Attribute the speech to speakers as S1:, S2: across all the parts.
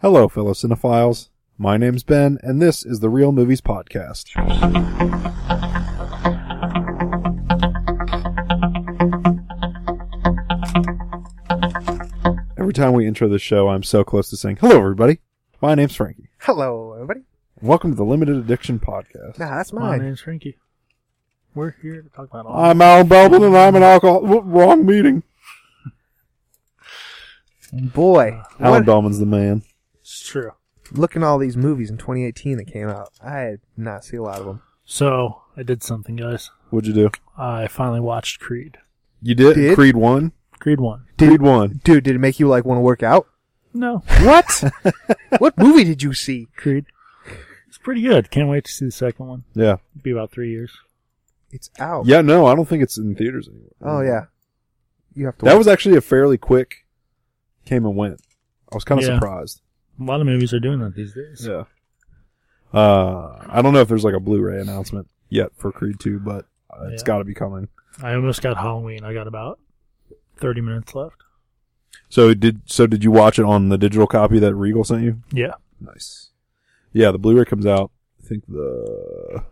S1: Hello, fellow cinephiles. My name's Ben, and this is the Real Movies Podcast. Every time we intro the show, I'm so close to saying, Hello, everybody. My name's Frankie.
S2: Hello, everybody.
S1: and Welcome to the Limited Addiction Podcast.
S2: Nah, that's
S3: My
S2: mine.
S3: name's Shrinky. We're here to talk about all.
S1: I'm Alan Belvin, and I'm an alcohol. w- Wrong meeting.
S2: Boy,
S1: uh, Alan
S2: what,
S1: Bellman's the man.
S3: it's true.
S2: looking at all these movies in 2018 that came out, I did not see a lot of them.
S3: So I did something, guys.
S1: What'd you do?
S3: I finally watched Creed.
S1: You did?
S2: Did?
S1: Creed 1?
S3: Creed one.
S1: Creed 1.
S2: Dude, did it make you like want to work out?
S3: No,
S2: What? what movie did you see?
S3: Creed. It's pretty good. Can't wait to see the second one.
S1: Yeah.
S3: It'll be about three years.
S2: It's out.
S1: Yeah, no, I don't think it's in theaters anymore.
S2: Oh yeah. You have to.
S1: That
S2: watch-
S1: was actually a fairly quick came and went. I was kind of
S3: Yeah.
S1: surprised.
S3: A lot of movies are doing that these days.
S1: Yeah. Uh, I don't know if there's like a Blu-ray announcement yet for Creed 2, but uh, it's
S3: Yeah.
S1: got to be coming.
S3: I almost got Halloween. I got about thirty minutes left.
S1: So did so did you watch it on the digital copy that Regal sent you?
S3: Yeah,
S1: Nice. Yeah, the Blu-ray comes out. I think the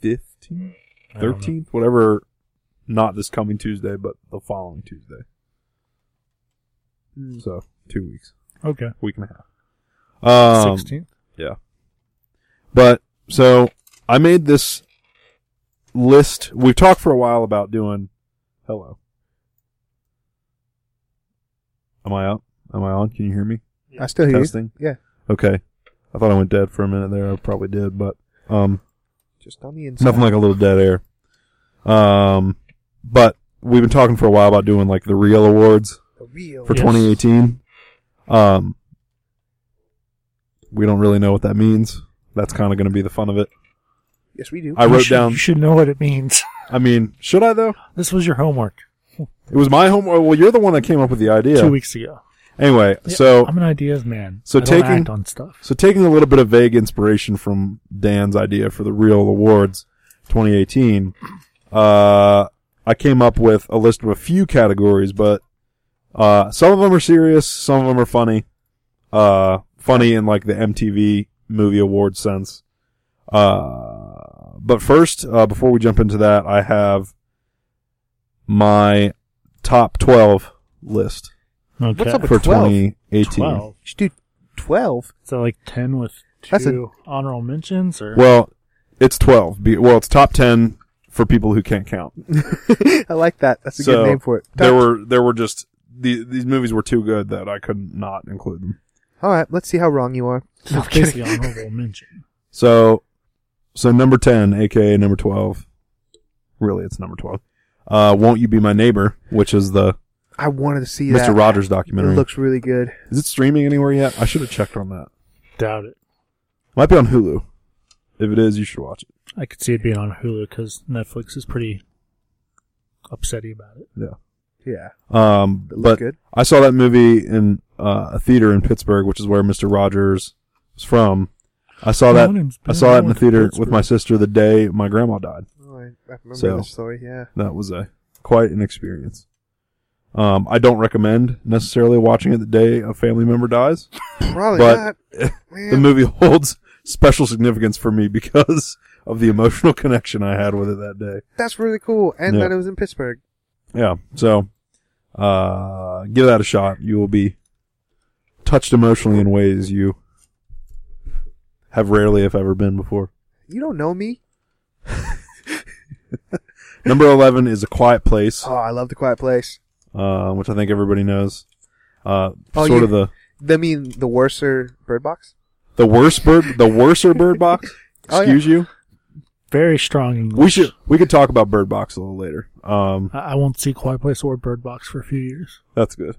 S1: fifteenth,
S3: I don't know.
S1: thirteenth, whatever. Not this coming Tuesday, but the following Tuesday. So two weeks,
S3: Okay.
S1: week and a half. Um,
S3: Sixteenth.
S1: Yeah. But so I made this list. We've talked for a while about doing hello. Am I out? Am I on? Can you hear me?
S2: I still hear
S1: Testing.
S2: you. Yeah.
S1: Okay. I thought I went dead for a minute there. I probably did, but um
S2: Just on the
S1: it's
S2: inside.
S1: nothing like a little dead air. Um but we've been talking for a while about doing like the real awards
S2: the real.
S1: for
S3: Yes.
S1: 2018. Um, we don't really know what that means. That's kind of going to be the fun of it.
S2: Yes, we do.
S1: I wrote
S3: should,
S1: down.
S3: You should know what it means.
S1: I mean, should I though?
S3: this was your homework
S1: It was my homework. Well, you're the one that came up with the idea.
S3: two weeks ago.
S1: Anyway,
S3: Yeah,
S1: so
S3: I'm an ideas man.
S1: so
S3: I don't
S1: taking-
S3: act on stuff.
S1: so taking a little bit of vague inspiration from Dan's idea for the Real Awards 2018, uh, I came up with a list of a few categories, but uh, some of them are serious, some of them are funny. Uh, funny in like the MTV Movie Award sense. Uh, but first, uh, before we jump into that, I have my top 12 list
S3: Okay.
S2: What's up with
S1: for
S2: 12?
S1: 2018.
S3: Twelve.
S2: Dude, twelve.
S3: So like ten with two
S2: That's a-
S3: honorable mentions, or
S1: Well, it's 12. Be- Well, it's top 10 for people who can't count.
S2: I like that. That's a
S1: So,
S2: good name for it.
S1: There were there were just the, these movies were too good that I could not include them.
S2: All right, let's see how wrong you are.
S3: so it's basically honorable mention.
S1: So so number 10, aka number 12. Really, it's number 12. Uh, Won't You Be My Neighbor, which is the
S2: I wanted to see
S1: Mr.
S2: that.
S1: Rogers
S2: It
S1: documentary.
S2: looks really good.
S1: is it streaming anywhere yet? I should have checked on that.
S3: Doubt it.
S1: Might be on Hulu. If it is, you should watch it.
S3: I could see it being on Hulu because Netflix is pretty upsetty about it.
S1: Yeah.
S2: Yeah.
S1: Um,
S2: It
S1: but
S2: looked good.
S1: I saw that movie in uh, a theater in Pittsburgh, which is where Mister Rogers is from. I saw
S3: My
S1: that.
S3: name's
S1: I saw that in
S3: Ben
S1: the theater with
S3: Pittsburgh.
S1: my sister the day my grandma died.
S2: Oh, I, I remember
S1: So-
S2: the story. Yeah.
S1: That was a quite an experience. Um, I don't recommend necessarily watching it the day a family member dies,
S2: Probably
S1: but
S2: Man.
S1: the movie holds special significance for me because of the emotional connection I had with it that day.
S2: That's really cool, and
S1: Yeah.
S2: that it was in Pittsburgh.
S1: Yeah. So, uh, give that a shot. You will be touched emotionally in ways you have rarely, if ever, been before.
S2: You don't know me?
S1: Number 11 is A Quiet Place,
S2: Oh, I love the Quiet Place.
S1: uh, which I think everybody knows. Uh,
S2: Oh,
S1: sort
S2: you-
S1: of the,
S2: I mean, the worser Bird Box.
S1: the worst bird, the worser bird box.
S2: Oh, yeah.
S1: Excuse you.
S3: Very strong English.
S1: We should, we could talk about bird box a little later. Um,
S3: I, I won't see Quiet Place or Bird Box for a few years.
S1: that's good.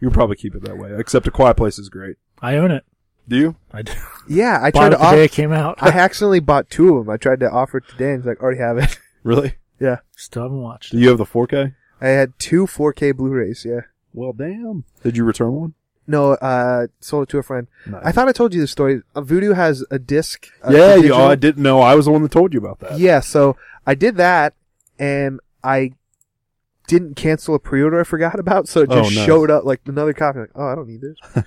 S1: You'll probably keep it that way, except A Quiet Place is great.
S3: I own it.
S1: Do you?
S3: I do.
S2: Yeah, I
S3: Bought
S2: tried
S3: it
S2: to
S3: the day
S2: offer.
S3: it came out.
S2: I accidentally bought two of them. I tried to offer it to Dan. He's like, already have it.
S1: Really?
S2: yeah,
S3: Still haven't watched
S1: Do
S3: it.
S1: you have the 4K?
S2: I had two 4K Blu-rays. Yeah.
S1: Well, damn. Did you return one?
S2: No, uh, sold it to a friend.
S1: Nice.
S2: I thought I told you this story. Uh, Voodoo has a disc. uh,
S1: yeah,
S2: a
S1: you,
S2: digital-
S1: I didn't know. I was the one that told you about that.
S2: Yeah, so I did that, and I didn't cancel a pre-order I forgot about, so it
S1: Oh,
S2: just
S1: nice.
S2: showed up like another copy. Like, oh, I don't need this.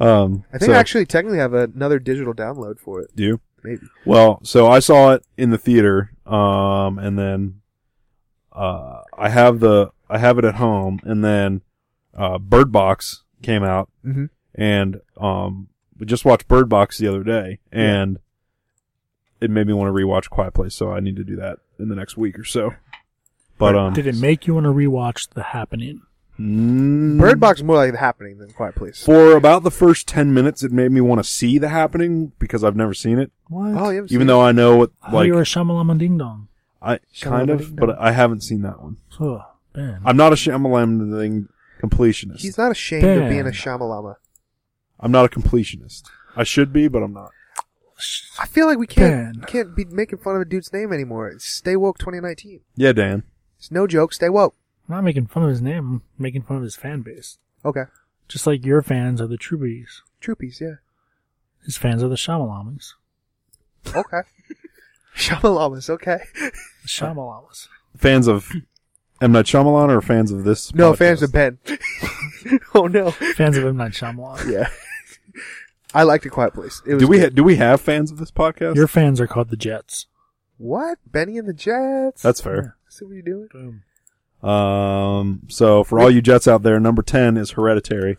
S1: Um,
S2: I think
S1: so-
S2: I actually technically have another digital download for it.
S1: do you?
S2: Maybe.
S1: Well, so I saw it in the theater, um, and then uh, I have the I have it at home, and then uh, Bird Box came out,
S2: Mhm.
S1: and um, we just watched Bird Box the other day, and it made me want to rewatch Quiet Place, so I need to do that in the next week or so. But um,
S3: did it make you want to rewatch The Happening?
S1: mm,
S2: Bird Box is more like the happening than Quiet Place.
S1: for about the first ten minutes, it made me want to see the happening because I've never seen it,
S2: Oh,
S3: What?
S2: you haven't
S1: even
S2: seen
S1: though I know what
S3: I thought
S2: Oh,
S1: like
S3: you were a Shyamalan Ding Dong.
S1: I
S2: Shyamalan
S1: kind
S2: Ding
S1: of,
S2: Dong.
S1: but I haven't seen that one.
S3: Oh, man.
S1: I'm not a Shyamalan thing completionist.
S2: it. he's not ashamed of
S3: Ben.
S2: being a Shamalama.
S1: I'm not a completionist. I should be, but I'm not.
S2: I feel like we can't
S3: Ben.
S2: can't be making fun of a dude's name anymore. It's Stay woke 2019.
S1: Yeah, Dan.
S2: It's no joke. Stay woke.
S3: I'm not making fun of his name. I'm making fun of his fan base.
S2: Okay.
S3: Just like your fans are the Troopies.
S2: Troopies, yeah.
S3: His fans are the Shyamalamas.
S2: Okay. Shamalamas, okay.
S3: The Shyamalamas.
S1: Fans of M Night Shyamalan or fans of this?
S2: No,
S1: podcast?
S2: fans of Ben. oh no.
S3: fans of M. Night Shyamalan.
S2: Yeah. I liked a quiet place. It was
S1: Do we
S2: good.
S1: ha- do we have fans of this podcast?
S3: Your fans are called the Jets.
S2: what? Benny and the Jets.
S1: That's fair.
S2: I see what you're doing.
S3: Boom.
S1: Um, so for all you Jets out there, number ten is Hereditary.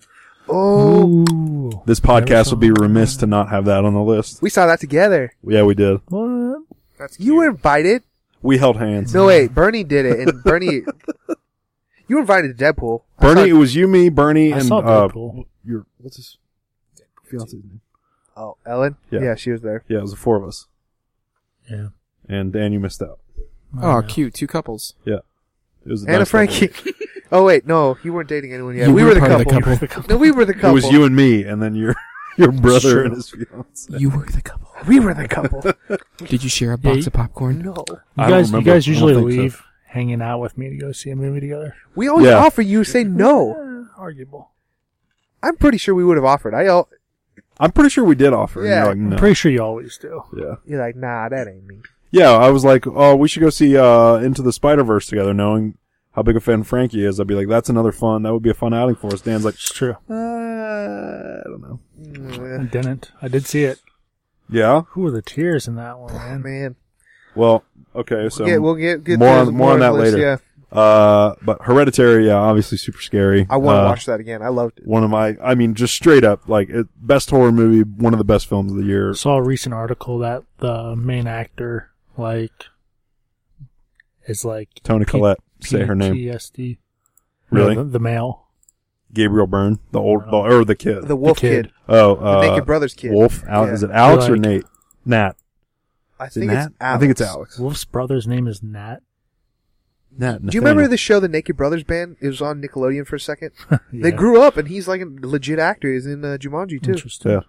S2: Oh,
S3: Ooh.
S1: This
S3: Never
S1: podcast
S3: saw
S1: would be
S3: it.
S1: remiss to not have that on the list.
S2: we saw that together.
S1: Yeah, we did.
S3: What?
S2: you were invited.
S1: We held hands.
S2: No, wait. Bernie did it, and Bernie, you were invited to Deadpool. I
S1: Bernie, it
S2: saw-
S1: was you, me, Bernie,
S3: I
S1: and
S3: saw
S1: uh,
S3: Deadpool.
S1: your what's his fiance's name?
S2: oh, Ellen.
S1: Yeah.
S2: Yeah. she was there.
S1: Yeah, it was the four of us.
S3: Yeah.
S1: And Dan, you missed out.
S3: I
S4: Oh,
S3: know.
S4: cute. Two couples.
S1: Yeah, it was a
S2: Anna
S1: nice
S2: Frankie. oh wait, no, you weren't dating anyone yet.
S4: You
S2: we
S4: were
S2: were the
S4: part of the
S2: couple.
S4: couple.
S2: No, we were the couple.
S1: It was you and me, and then your your brother
S3: Sure.
S1: and his fiance.
S4: You were the couple.
S2: We were the couple.
S4: Did you share a
S3: Yeah,
S4: box
S3: you-
S4: of popcorn?
S2: no,
S3: You
S1: I don't
S3: guys, you
S1: remember.
S3: guys
S1: I don't
S3: usually
S1: think so.
S3: leave hanging out with me to go see a movie together.
S2: we always
S1: Yeah.
S2: offer. You say no.
S3: Eh, arguable.
S2: I'm pretty sure we would have offered. I all
S1: I'm pretty sure we did offer.
S2: Yeah.
S1: And you're
S3: I'm
S1: like, no.
S3: pretty sure you always do.
S1: Yeah.
S2: you're like, nah, that ain't me.
S1: Yeah, I was like, oh, we should go see uh, Into the Spider Verse together, knowing how big a fan Frankie is. I'd be like, that's another fun. That would be a fun outing for us. Dan's like,
S3: It's true.
S1: uh, I don't know.
S3: I
S2: Mm,
S3: didn't. I did see it.
S1: Yeah.
S3: Who were the tears in that one, man?
S2: Man,
S1: Well, okay. So
S2: yeah, we'll get, get
S1: more
S2: those-
S1: on- more on
S2: the
S1: that
S2: list,
S1: later.
S2: Yeah,
S1: uh, but Hereditary, yeah, obviously super scary.
S2: I want to
S1: Uh,
S2: watch that again. I loved it.
S1: One of my, I mean, just straight up, like it, best horror movie, one of the best films of the year.
S3: saw a recent article that the main actor like is like
S1: Tony
S3: P-
S1: Collette, say her name.
S3: PTSD.
S1: Really?
S3: No, the, the male.
S1: Gabriel Byrne, the old, the, or the kid.
S2: The Wolf
S3: kid.
S2: Kid.
S1: Oh, uh,
S2: The Naked Brothers kid.
S1: Wolf. Al-
S2: Yeah.
S1: Is it Alex or
S3: Like-
S1: Nate? Nat.
S2: I
S1: Is it
S2: think
S1: Nat?
S2: it's
S1: I think it's
S2: Alex.
S1: Alex.
S3: Wolf's brother's name is Nat.
S1: Nat.
S2: Do you remember the show The Naked Brothers Band? It was on Nickelodeon for a second. They
S3: Yeah.
S2: grew up, and he's like a legit actor. He's in uh, Jumanji too.
S3: Interesting.
S1: Yeah.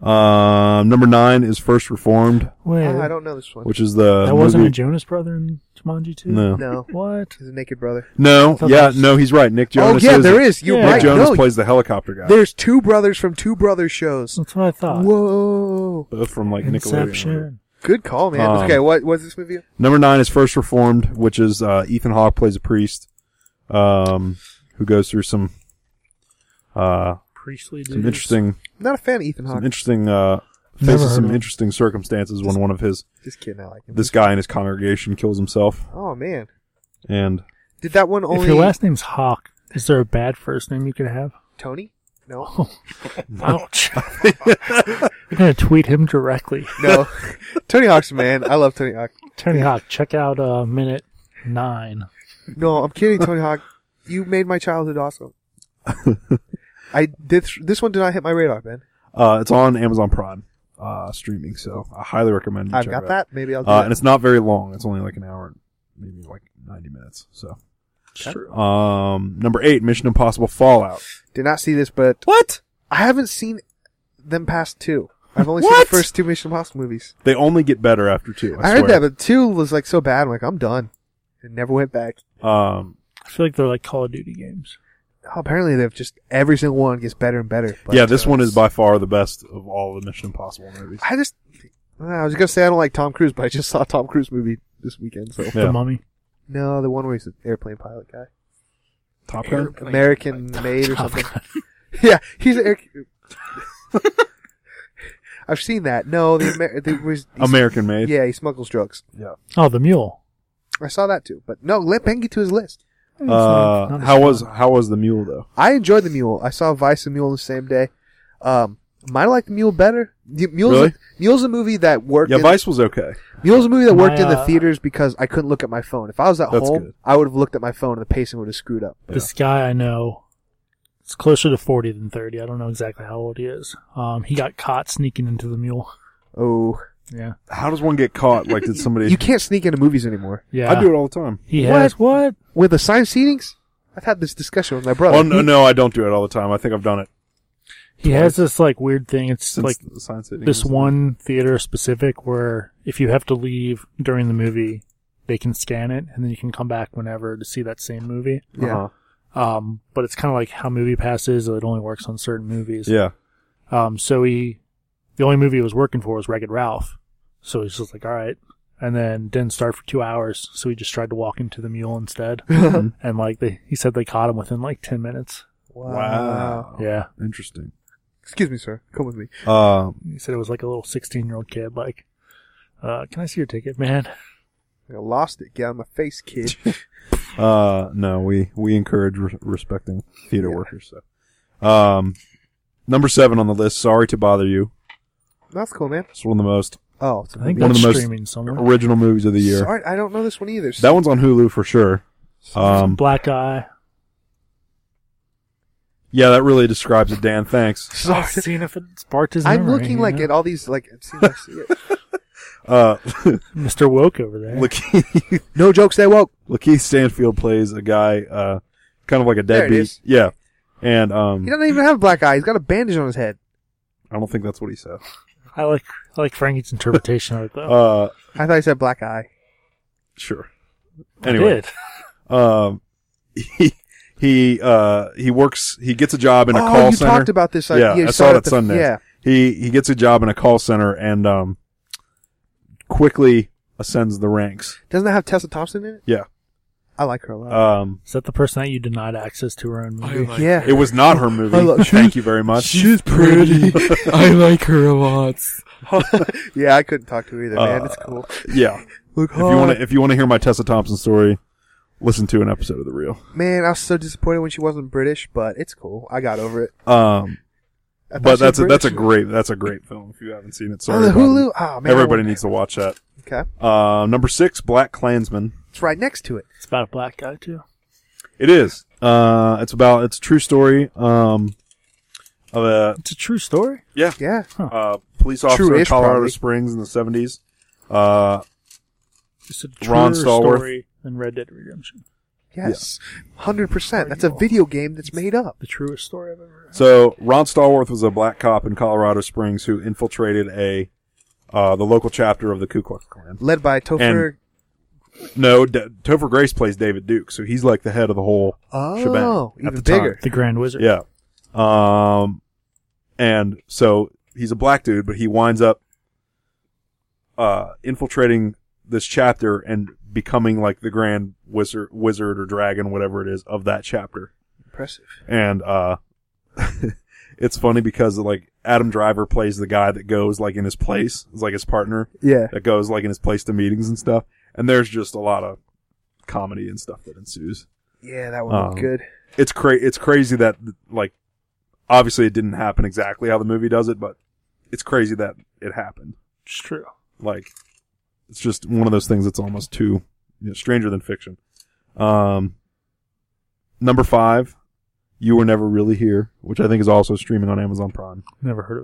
S1: Um, number nine is First Reformed,
S3: Wait,
S2: Oh, I don't know this one.
S1: which is the
S3: that wasn't
S1: Uh,
S3: a
S1: movie-
S3: Jonas brother in Jumanji too.
S1: No.
S2: No,
S3: What?
S2: he's a naked brother.
S1: No.
S3: thought that
S1: Yeah.
S3: was-
S1: No, he's right. Nick Jonas.
S2: oh yeah, there
S1: it.
S2: is. You're
S3: Yeah.
S1: Nick
S2: right.
S1: Jonas
S2: no,
S1: plays the helicopter guy. Oh,
S2: there's two brothers from two brother shows.
S3: That's what I thought.
S2: Whoa,
S1: Both from like Nickelodeon.
S3: Inception.
S2: good call, man.
S1: Um,
S2: okay, what was this movie?
S1: Number nine is First Reformed, which is uh, Ethan Hawke plays a priest, um, who goes through some uh,
S3: Priestley.
S1: some
S3: dudes.
S1: interesting
S2: Not a fan of Ethan
S1: some
S2: Hawke.
S1: interesting uh,
S3: Never
S1: faces
S3: heard of
S1: some
S3: him.
S1: interesting circumstances when one of his
S2: Just kidding. I like him.
S1: this guy in his congregation kills himself
S2: Oh man,
S1: and
S2: did that one
S3: If
S2: only
S3: your last name's Hawk, is there a bad first name you could have?
S2: Tony? No,
S3: Ouch. We're gonna tweet him directly.
S2: no. Tony Hawk's the man. I love Tony Hawk.
S3: Tony Hawk, check out uh, minute nine.
S2: No, I'm kidding, Tony Hawk. You made my childhood awesome. I did. this one did not hit my radar, Ben.
S1: uh, it's on Amazon Prime uh, streaming, so I highly recommend. you
S2: I've
S1: check
S2: got
S1: it out.
S2: that. Maybe I'll do
S1: Uh,
S2: that.
S1: and it's not very long; it's only like an hour, and maybe like ninety minutes. So, um, number eight, Mission Impossible Fallout.
S2: Did not see this, but
S1: What?
S2: I haven't seen them past two. I've only seen
S1: What?
S2: the first two Mission Impossible movies.
S1: They only get better after two.
S2: I,
S1: I,
S2: heard that,
S1: swear.
S2: but two was like so bad. I'm like, I'm done. It never went back.
S1: Um,
S3: I feel like they're like Call of Duty games.
S2: Oh, apparently, they've just every single one gets better and better. But,
S1: yeah, this
S2: uh,
S1: one is by far the best of all the Mission Impossible movies.
S2: I just, I was gonna say I don't like Tom Cruise, but I just saw a Tom Cruise movie this weekend, so
S1: Yeah.
S3: The Mummy.
S2: No, the one where he's an airplane pilot guy.
S1: Top Gun.
S4: Airplane
S2: American made or something. yeah, he's an air. I've seen that. No, the, Amer- the was he's-
S1: American Made.
S2: Yeah, he smuggles drugs.
S3: Oh, the mule.
S2: I saw that too. But no, let Ben get to his list.
S1: Uh, how was how was the mule though?
S2: I enjoyed the mule. I saw Vice and Mule the same day. Um, might like the mule better. The Mule's
S1: Really?
S2: Mule's a movie that worked.
S1: Yeah,
S2: in-
S1: Vice was okay.
S2: Mule's a movie that
S3: My,
S2: worked in the
S3: uh,
S2: theaters because I couldn't look at my phone. If I was at
S1: That's
S2: home,
S1: good.
S2: I would have looked at my phone and the pacing would have screwed up.
S3: This guy I know, it's closer to 40 than 30. I don't know exactly how old he is. Um, he got caught sneaking into the mule.
S2: Oh,
S3: Yeah.
S1: How does one get caught? Like, did somebody?
S2: you can't sneak into movies anymore
S3: Yeah.
S1: I do it all the time.
S3: He
S2: What?
S3: has what?
S2: with assigned seatings. I've had this discussion with my brother.
S1: Oh no, no, I don't do it all the time. I think I've done it
S3: He has this like weird thing. It's
S1: since
S3: like
S1: the science City
S3: this
S1: was-
S3: one theater specific where if you have to leave during the movie, they can scan it and then you can come back whenever to see that same movie.
S2: Yeah.
S1: Uh-huh.
S3: Um, but it's kind of like how movie passes. It only works on certain movies.
S1: Yeah.
S3: Um, so he, the only movie he was working for was Ragged Ralph. So he's just like, all right. And then didn't start for two hours. So he just tried to walk into the mule instead.
S1: Mm-hmm.
S3: and like they, he said they caught him within like 10 minutes.
S1: Wow.
S3: Yeah.
S1: Interesting.
S2: Excuse me, sir. Come with me.
S1: Uh,
S3: He said it was like a little 16 year old kid, like, uh, can I see your ticket, man?
S2: I lost it. Get out of my face, kid.
S1: uh, no, we we encourage re- respecting theater workers. So, um, number seven on the list. Sorry to bother you.
S2: That's cool, man.
S1: It's one of the most
S2: Oh, it's a
S3: I think
S2: movie.
S1: One of
S3: that's
S1: the most-
S3: streaming somewhere.
S1: original movies of the year.
S2: Sorry, I don't know this one either.
S1: That one's on Hulu for sure. Um,
S3: Black Eye.
S1: yeah, that really describes it, Dan. Thanks.
S2: Sorry.
S3: Seeing if it sparked his
S2: I'm
S3: memory,
S2: looking
S3: you
S2: like
S3: know?
S2: at all these like. it seems I see it.
S1: Uh,
S3: Mr. Woke over there.
S1: Lakeith
S2: no jokes. They woke.
S1: Lakeith Stanfield plays a guy, uh, kind of like a
S2: There it
S1: deadbeat.
S2: is.
S1: Yeah, and um,
S2: He doesn't even have a black eye. He's got a bandage on his head.
S1: I don't think that's what he said.
S3: I like I like Frankie's interpretation of it
S2: Oh.
S3: though.
S1: Uh,
S2: I thought he said black eye.
S1: sure.
S3: I
S1: Anyway,
S3: did.
S1: um, he he uh he works. He gets a job in a
S2: oh,
S1: call
S2: you
S1: center.
S2: talked about this. I,
S1: yeah,
S2: you
S1: I saw
S2: it
S1: it
S2: at
S1: at
S2: the-
S1: Sunday.
S2: Yeah,
S1: He he gets a job in a call center and um quickly ascends the ranks.
S2: doesn't that have Tessa Thompson in it?
S1: Yeah.
S2: I like her a lot.
S1: Um,
S3: Is that the person that you denied access to her own movie?
S4: like
S2: yeah,
S1: it was not her movie.
S4: I love-
S1: Thank you very much.
S4: She's pretty. I like her a lot.
S2: yeah. I couldn't talk to her either, man.
S1: Uh,
S2: It's cool.
S1: Yeah.
S2: Look,
S1: If you want to, if you want to hear my Tessa Thompson story, listen to an episode of The Real.
S2: oh, man, I was so disappointed when she wasn't British, but it's cool. I got over it.
S1: Um,
S2: I
S1: but
S2: thought she was
S1: that's a, that's a
S2: British.
S1: great that's a great film. If you haven't seen it,
S2: Oh,
S1: sorry.
S2: the
S1: about
S2: Hulu.
S1: it.
S2: Ah, man. I
S1: Everybody
S2: want-
S1: needs to watch that.
S2: Okay,
S1: Uh, number six, Black Klansman.
S2: it's right next to it.
S3: It's about a black guy too.
S1: It is. Uh, it's about it's a true story. Um, of a
S3: It's a true story.
S1: yeah,
S2: Yeah.
S1: uh, police officer in
S2: True-ish,
S1: Colorado
S2: probably.
S1: Springs in the seventies. Uh,
S3: It's a true
S1: Ron Stallworth.
S3: story than Red Dead Redemption.
S2: Yes. Hundred percent. That's a video game that's made up.
S3: The truest story I've ever heard.
S1: So Ron Stallworth was a black cop in Colorado Springs who infiltrated a uh, the local chapter of the Ku Klux Klan.
S2: Led by Topher.
S1: No, D- Topher Grace plays David Duke, so he's like the head of the whole shebang
S2: oh,
S1: at
S2: even
S1: the time.
S2: bigger.
S3: The Grand Wizard.
S1: Yeah. Um, and so he's a black dude, but he winds up uh, infiltrating this chapter and becoming like the grand wizard, wizard or dragon, whatever it is, of that chapter.
S2: Impressive.
S1: And uh, it's funny because like Adam Driver plays the guy that goes like in his place, is like his partner
S2: Yeah.
S1: that goes like in his place to meetings and stuff. And there's just a lot of comedy and stuff that ensues
S2: Yeah, that one looked
S1: Um,
S2: good.
S1: it's cra- it's crazy that like obviously it didn't happen exactly how the movie does it, but it's crazy that it happened.
S3: It's true.
S1: Like it's just one of those things that's almost too you know, stranger than fiction. Um, number five, you were never really here, which I think is also streaming on Amazon Prime.
S3: Never heard of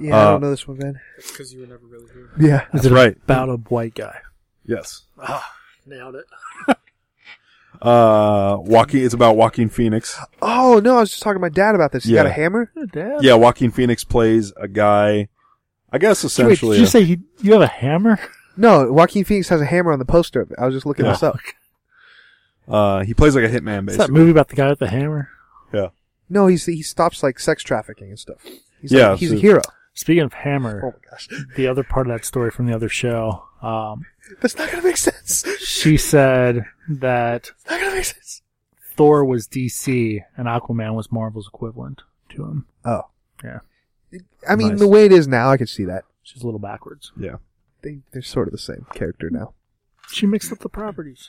S3: it.
S2: Yeah, I
S1: uh,
S2: don't know this one, man.
S4: Because you were never really here.
S2: Yeah.
S3: Is
S1: That's
S3: it
S1: right.
S3: about a white guy?
S1: Yes.
S3: Ah, nailed it.
S1: Uh, Joaquin. It's about Joaquin Phoenix.
S2: Oh no, I was just talking to my dad about this. He got a
S1: Yeah.
S2: hammer.
S3: Good dad.
S1: Yeah, Joaquin Phoenix plays a guy. I guess
S3: Wait,
S1: essentially.
S3: did you
S1: a-
S3: say you, you have a hammer?
S2: No, Joaquin Phoenix has a hammer on the poster. of it. I was just looking
S1: Yeah.
S2: this up.
S1: uh, he plays like a hitman,
S3: It's that
S1: basically.
S3: movie about the guy with the hammer.
S1: Yeah.
S2: No, he's he stops like sex trafficking and stuff. He's
S1: Yeah,
S2: like, he's a
S1: so-
S2: hero.
S3: Speaking of
S2: Oh
S3: hammer,
S2: my gosh.
S3: the other part of that story from the other show, Um,
S2: That's not gonna make sense. It's
S3: she said that
S2: not gonna make sense.
S3: Thor was DC and Aquaman was Marvel's equivalent to him.
S2: Oh.
S3: Yeah.
S2: I mean,
S1: Nice.
S2: the way it is now, I can see that.
S3: She's a little backwards.
S1: Yeah.
S2: They, they're sort of the same character now.
S3: She mixed up the properties.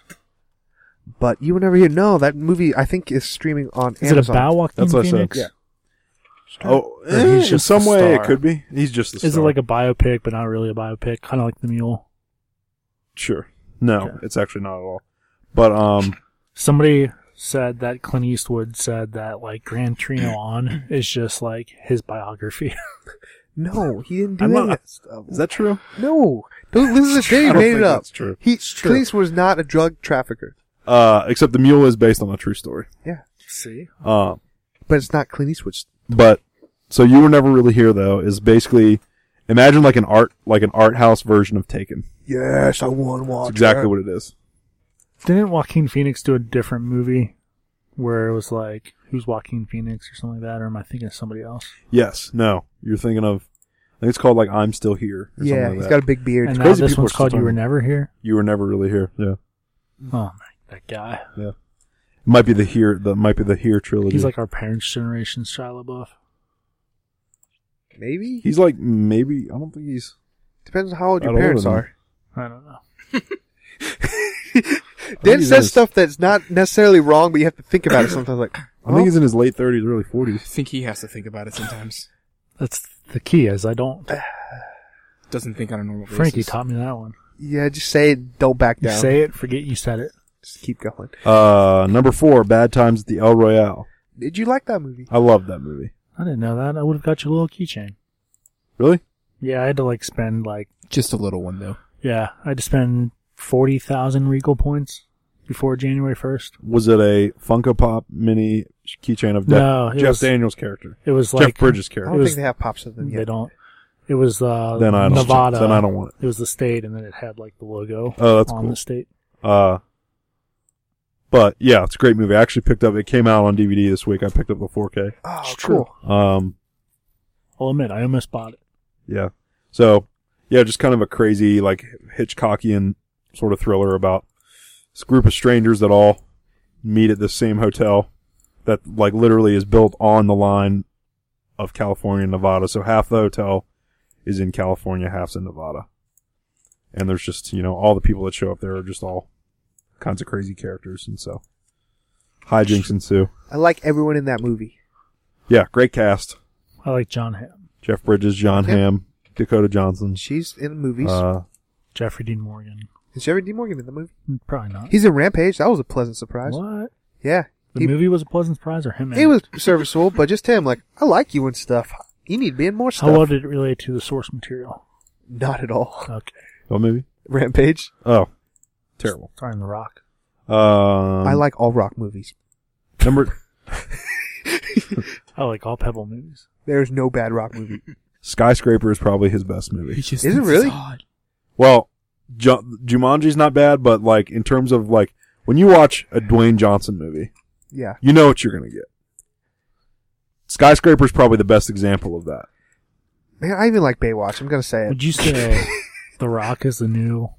S2: But you will never hear, no, that movie, I think, is streaming on
S3: Is
S2: Amazon.
S3: it about Joaquin
S1: That's what I said.
S3: Phoenix?
S1: Yeah.
S3: Oh,
S1: Oh,
S3: Or he's
S1: eh, in
S3: just
S1: some
S3: the
S1: way it
S3: star.
S1: could be. He's just the star.
S3: Is it like a biopic, but not really a biopic? Kind of like The Mule.
S1: sure? No,
S3: Okay.
S1: it's actually not at all. But um,
S3: Somebody said that Clint Eastwood said that like Grand Trino on is just like his biography.
S2: No, he didn't do
S1: I'm
S2: any
S1: not-
S2: of that stuff.
S1: is that true?
S2: No, don't lose the
S1: I
S2: day.
S1: don't
S2: Made
S1: think
S2: it up.
S1: that's true.
S2: He,
S1: It's true.
S2: Cleese was not a drug trafficker.
S1: Uh, except the mule is based on a true story.
S2: Yeah,
S3: See,
S1: Uh,
S2: but it's not Clint Eastwood's.
S1: but so you were never really here though. Is basically imagine like an art like an art house version of Taken.
S2: Yes, I won.
S1: That's
S2: Watch
S1: exactly what it is.
S3: didn't Joaquin Phoenix do a different movie where it was like who's Joaquin Phoenix or something like that, or am I thinking of somebody else?
S1: Yes. No. You're thinking of. I think it's called like I'm still here. Or
S2: Yeah,
S1: something like
S2: he's
S1: that.
S2: got a big beard.
S3: and now
S1: crazy
S3: this
S1: people
S3: one's
S1: are still
S3: called "You Were
S1: talking- Mm.
S3: Never Here."
S1: you were never really here. Yeah.
S3: Oh man, that guy.
S1: It might be the here. The might be the here trilogy.
S3: He's like our parents' generation Shia LaBeouf.
S2: Maybe
S1: He's like maybe I don't think he's.
S2: depends on how old
S1: I
S2: your
S1: don't
S2: parents
S1: know.
S2: are.
S3: I don't know.
S2: Dan
S1: he's in
S2: says
S1: his-
S2: stuff that's not necessarily wrong, but you have to think about it sometimes. Like,
S1: I think he's in his late 30s, early 40s.
S4: I think he has to think about it sometimes.
S3: That's the key is I don't.
S4: Doesn't think on a normal basis.
S3: Frankie taught me that one.
S2: yeah, just say it. Don't back
S3: You
S2: down.
S3: say it, forget you said it.
S2: just keep going.
S1: Uh, number four, Bad Times at the El Royale.
S2: Did you like that movie?
S1: I love that movie.
S3: I didn't know that. I would have got you a little keychain.
S1: Really?
S3: Yeah, I had to like spend like
S4: Just a little one though.
S3: yeah, I had to spend forty thousand Regal points before January first.
S1: Was it a Funko Pop mini keychain of death?
S3: No, it
S1: Jeff
S3: was-
S1: Daniels' character.
S3: It was
S1: Jeff
S3: like
S1: Bridges'
S2: I
S1: character.
S2: don't
S3: It was-
S2: think they have pops of them
S3: They
S2: yet.
S3: don't. It was uh,
S1: Then I don't-
S3: Nevada.
S1: then I don't want
S3: It was the state, and then it had like the logo.
S1: Oh, that's
S3: on
S1: cool.
S3: the state.
S1: Uh, but yeah, it's a great movie. I actually picked up, it came out on DVD this week. I picked up the 4K.
S2: Oh,
S3: It's true.
S2: cool.
S1: Um,
S3: I'll admit, I almost bought it.
S1: yeah. So yeah, just kind of a crazy, like Hitchcockian sort of thriller about this group of strangers that all meet at this same hotel that like literally is built on the line of California and Nevada. So half the hotel is in California, half's in Nevada. And there's just, you know, all the people that show up there are just all kinds of crazy characters. And so hijinks ensue.
S2: I like everyone in that movie.
S1: Yeah. Great cast.
S3: I like John Hamm,
S1: Jeff Bridges, John
S2: Yeah.
S1: Hamm, Dakota Johnson.
S2: She's in movies.
S1: Uh,
S3: Jeffrey Dean Morgan.
S2: Is Jerry D. Morgan in the movie?
S3: Probably not.
S2: He's in Rampage. That was a pleasant surprise.
S3: What?
S2: Yeah.
S3: The
S2: He-
S3: movie was a pleasant surprise, or him? in
S2: It was serviceable, but just him, like, I like you and stuff. You need to be in more
S3: How
S2: stuff.
S3: well did it relate to the source material?
S2: Not at all.
S3: Okay,
S1: what movie?
S2: Rampage.
S1: Oh, terrible.
S3: starring The Rock.
S1: Um,
S2: I like all rock movies.
S1: number
S3: I like all Pebble movies.
S2: There's no bad rock movie.
S1: skyscraper is probably his best
S4: He
S1: movie.
S2: Is
S4: just
S2: it
S4: thinks
S2: really?
S4: it's odd.
S1: Well, Ju- Jumanji's not bad, but like in terms of like when you watch a Dwayne Johnson movie,
S2: yeah.
S1: you know what you're gonna get. Skyscraper's probably the best example of that.
S2: Man, I even like Baywatch. I'm going to say it.
S3: Would you say The Rock is the new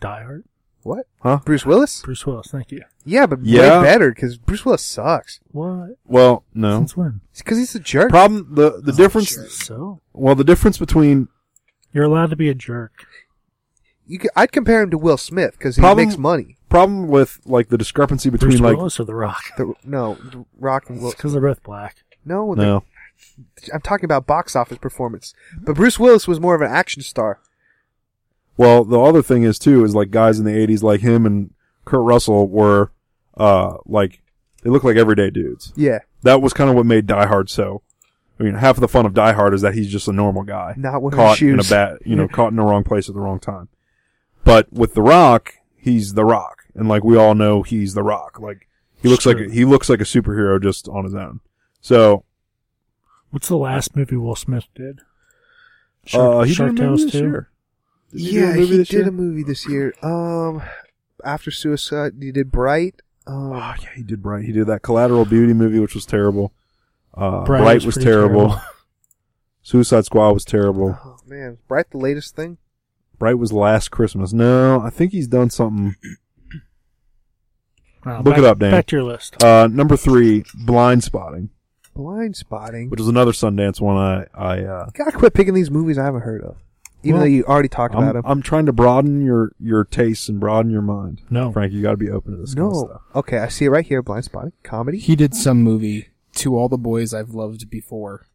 S3: Die Hard?
S2: What?
S1: Huh?
S2: Bruce Willis?
S3: Bruce Willis, thank you.
S2: Yeah, but
S1: Yeah.
S2: way better because Bruce Willis sucks.
S3: What?
S1: Well, no.
S3: Since Oh, when?
S2: It's because he's a jerk.
S1: Problem the the difference
S3: So
S1: well the difference between
S3: you're allowed to be a jerk.
S2: you could, I'd compare him to Will Smith because he
S1: Problem-
S2: makes money.
S1: problem with like the discrepancy between
S3: Bruce
S1: like
S3: Willis or The Rock?
S2: The, no, the Rock and Will.
S3: Because they're both black.
S2: No,
S1: no
S2: the- I'm talking about box office performance. But Bruce Willis was more of an action star.
S1: Well, the other thing is too is like guys in the '80s, like him and Kurt Russell, were uh like they look like everyday dudes.
S2: Yeah,
S1: That was kind of what made Die Hard so. I mean, half of the fun of Die Hard is that he's just a normal guy,
S2: Not wearing
S1: caught
S2: shoes.
S1: in a bat, you know, caught in the wrong place at the wrong time. But with The Rock, he's The Rock, and like we all know, he's The Rock. Like he looks
S3: Sure.
S1: like he looks like a superhero just on his own. So
S3: What's the last movie Will Smith did?
S1: uh, he did a movie this year. Did he do a
S2: yeah,
S1: movie
S2: he
S1: this
S2: did
S1: year?
S2: a movie this year. Um, after Suicide, he did Bright. Um,
S1: Oh yeah, he did Bright. He did that Collateral Beauty movie, which was terrible. Uh, Bright, was,
S3: pretty
S1: terrible. Suicide Squad was terrible.
S2: oh man, Bright the latest thing.
S1: Bright was last Christmas. No, I think he's done something.
S3: Uh,
S1: Look
S3: back-
S1: it up, Dan.
S3: Back to your list.
S1: Uh, number three, Blind Spotting,
S2: Blind spotting.
S1: which is another Sundance one. I I uh,
S2: You gotta quit picking these movies I haven't heard of, even
S1: Well,
S2: though you already talked about
S1: I'm,
S2: them.
S1: I'm trying to broaden your your tastes and broaden your mind.
S3: No.
S1: Frank, you got to be open to this. kind of
S2: no,
S1: stuff.
S2: okay, I see it right here. Blind spotting comedy.
S4: He did some movie to all the boys I've loved before